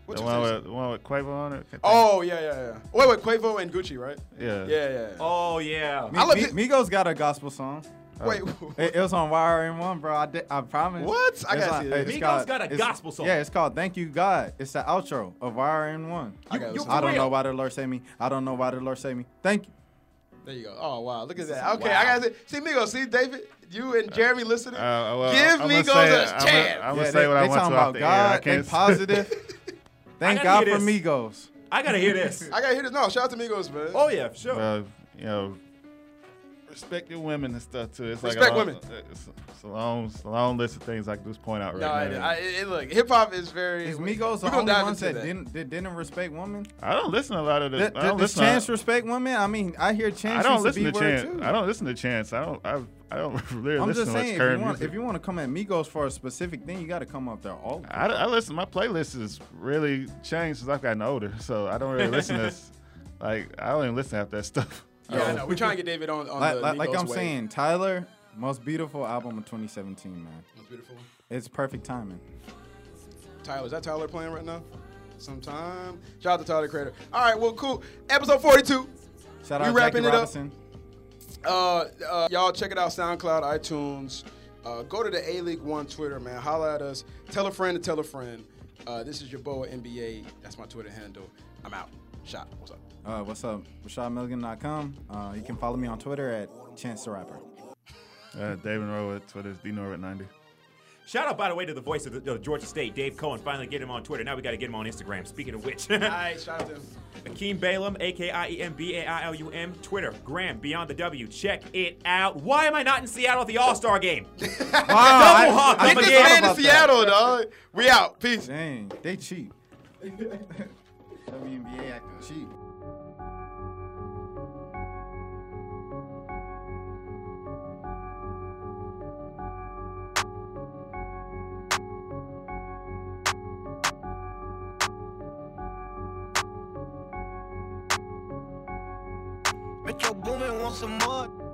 S3: What
S6: The
S3: you
S6: one
S3: say?
S6: with, the one with Quavo on it.
S3: Oh yeah, yeah, yeah. Wait, wait, Quavo and Gucci, right? Yeah,
S6: Yeah.
S3: yeah. yeah.
S5: Oh yeah.
S4: Mi-
S3: I love
S4: Mi-
S3: it.
S4: Migos got a gospel song.
S3: Wait,
S4: It, it was on YRN1, bro. I, did, I promise.
S3: What? I gotta see that.
S4: it's
S5: Migos got a
S4: it's-
S5: gospel song.
S4: Yeah, it's called "Thank You God." It's the outro of YRN1.
S3: I gotta
S5: you-
S3: listen
S4: I
S3: to
S4: don't
S5: real?
S4: know why the Lord saved me. I don't know why the Lord saved me. Thank you.
S3: There you go. Oh wow, look at that. Okay, I gotta say, see Migos, see David, you and Jeremy listening.
S6: Uh, well,
S3: Give
S6: I'm gonna
S3: Migos
S6: say-
S3: a
S6: I'm
S3: chance.
S6: gonna, I'm
S4: Yeah,
S6: gonna say
S4: they-
S6: what I
S4: they
S6: want
S4: talking
S6: to off
S4: about
S6: the air. I
S4: God
S6: can't
S4: and positive. Thank
S5: I
S4: God
S5: gotta
S4: for
S5: hear
S4: Migos.
S5: I gotta hear this.
S3: I gotta hear this. No, shout out to Migos, man.
S5: Oh yeah, for sure.
S6: well, you know, respect your women and stuff too. It's like
S3: Respect
S6: a long, uh,
S3: women.
S6: It's, it's a long, it's a long list of things I can just point out right
S3: No, I,
S6: now.
S3: I, it, look, hip hop is very.
S4: Is
S3: we-
S4: Migos
S3: we
S4: the
S3: gonna
S4: only
S3: dive
S4: ones
S3: into
S4: that, didn't that didn't respect women?
S6: I don't listen to a lot of
S4: Th-
S6: this. I
S4: th- Does
S6: don't uh, listen.
S4: Chance
S6: to,
S4: respect women? I mean, I hear Chance.
S6: I
S4: used
S6: don't listen
S4: to,
S6: to
S4: be word
S6: Chance.
S4: Too.
S6: I don't listen to Chance. I don't. I, I don't really
S4: I'm
S6: listen
S4: just
S6: to much
S4: saying, if
S6: current
S4: you, want,
S6: music.
S4: if you want to come at Migos for a specific thing, you got to come up there all.
S6: I, I listen. My playlist has really changed since I've gotten older, so I don't really listen to. s- Like I don't even listen to half that stuff.
S3: Yeah, I know. We're trying to get David on. on
S4: Oh. like,
S3: the
S4: like, like
S3: Migos
S4: I'm
S3: wave.
S4: saying, Tyler, most beautiful album of 2017, man.
S3: That's beautiful.
S4: It's perfect timing.
S3: Tyler, is that Tyler playing right now? Sometime. Shout out to Tyler Creator. All right, well, cool. Episode 42.
S4: Shout
S3: We
S4: out
S3: wrapping
S4: Jackie
S3: it up.
S4: Robinson.
S3: Uh, uh, y'all check it out SoundCloud, iTunes. Uh, go to the A League One Twitter, man. Holla at us. Tell a friend to tell a friend. Uh, this is your boy NBA. That's my Twitter handle. I'm out. Shot. What's up?
S4: Uh, what's up? RashadMilligan.com. Uh, you can follow me on Twitter at Chance the Rapper.
S6: Uh, David Norwood, Twitter's D Norwood ninety.
S5: Shout out, by the way, to the voice of, the, of Georgia State, Dave Cohen. Finally, get him on Twitter. Now we got to get him on Instagram. Speaking of which,
S3: All right, shout out to him.
S5: Akeem Balaam, A K I E M B A I L U M, Twitter, Graham, Beyond the W. Check it out. Why am I not in Seattle at the All Star game?
S4: Wow, I-
S5: hawk.
S4: I
S5: Get this
S4: forgot
S5: man in
S4: about that.
S3: dog. We out. Peace.
S4: Dang, they cheap. WNBA acting cheap.
S1: Metro Boomin want some more.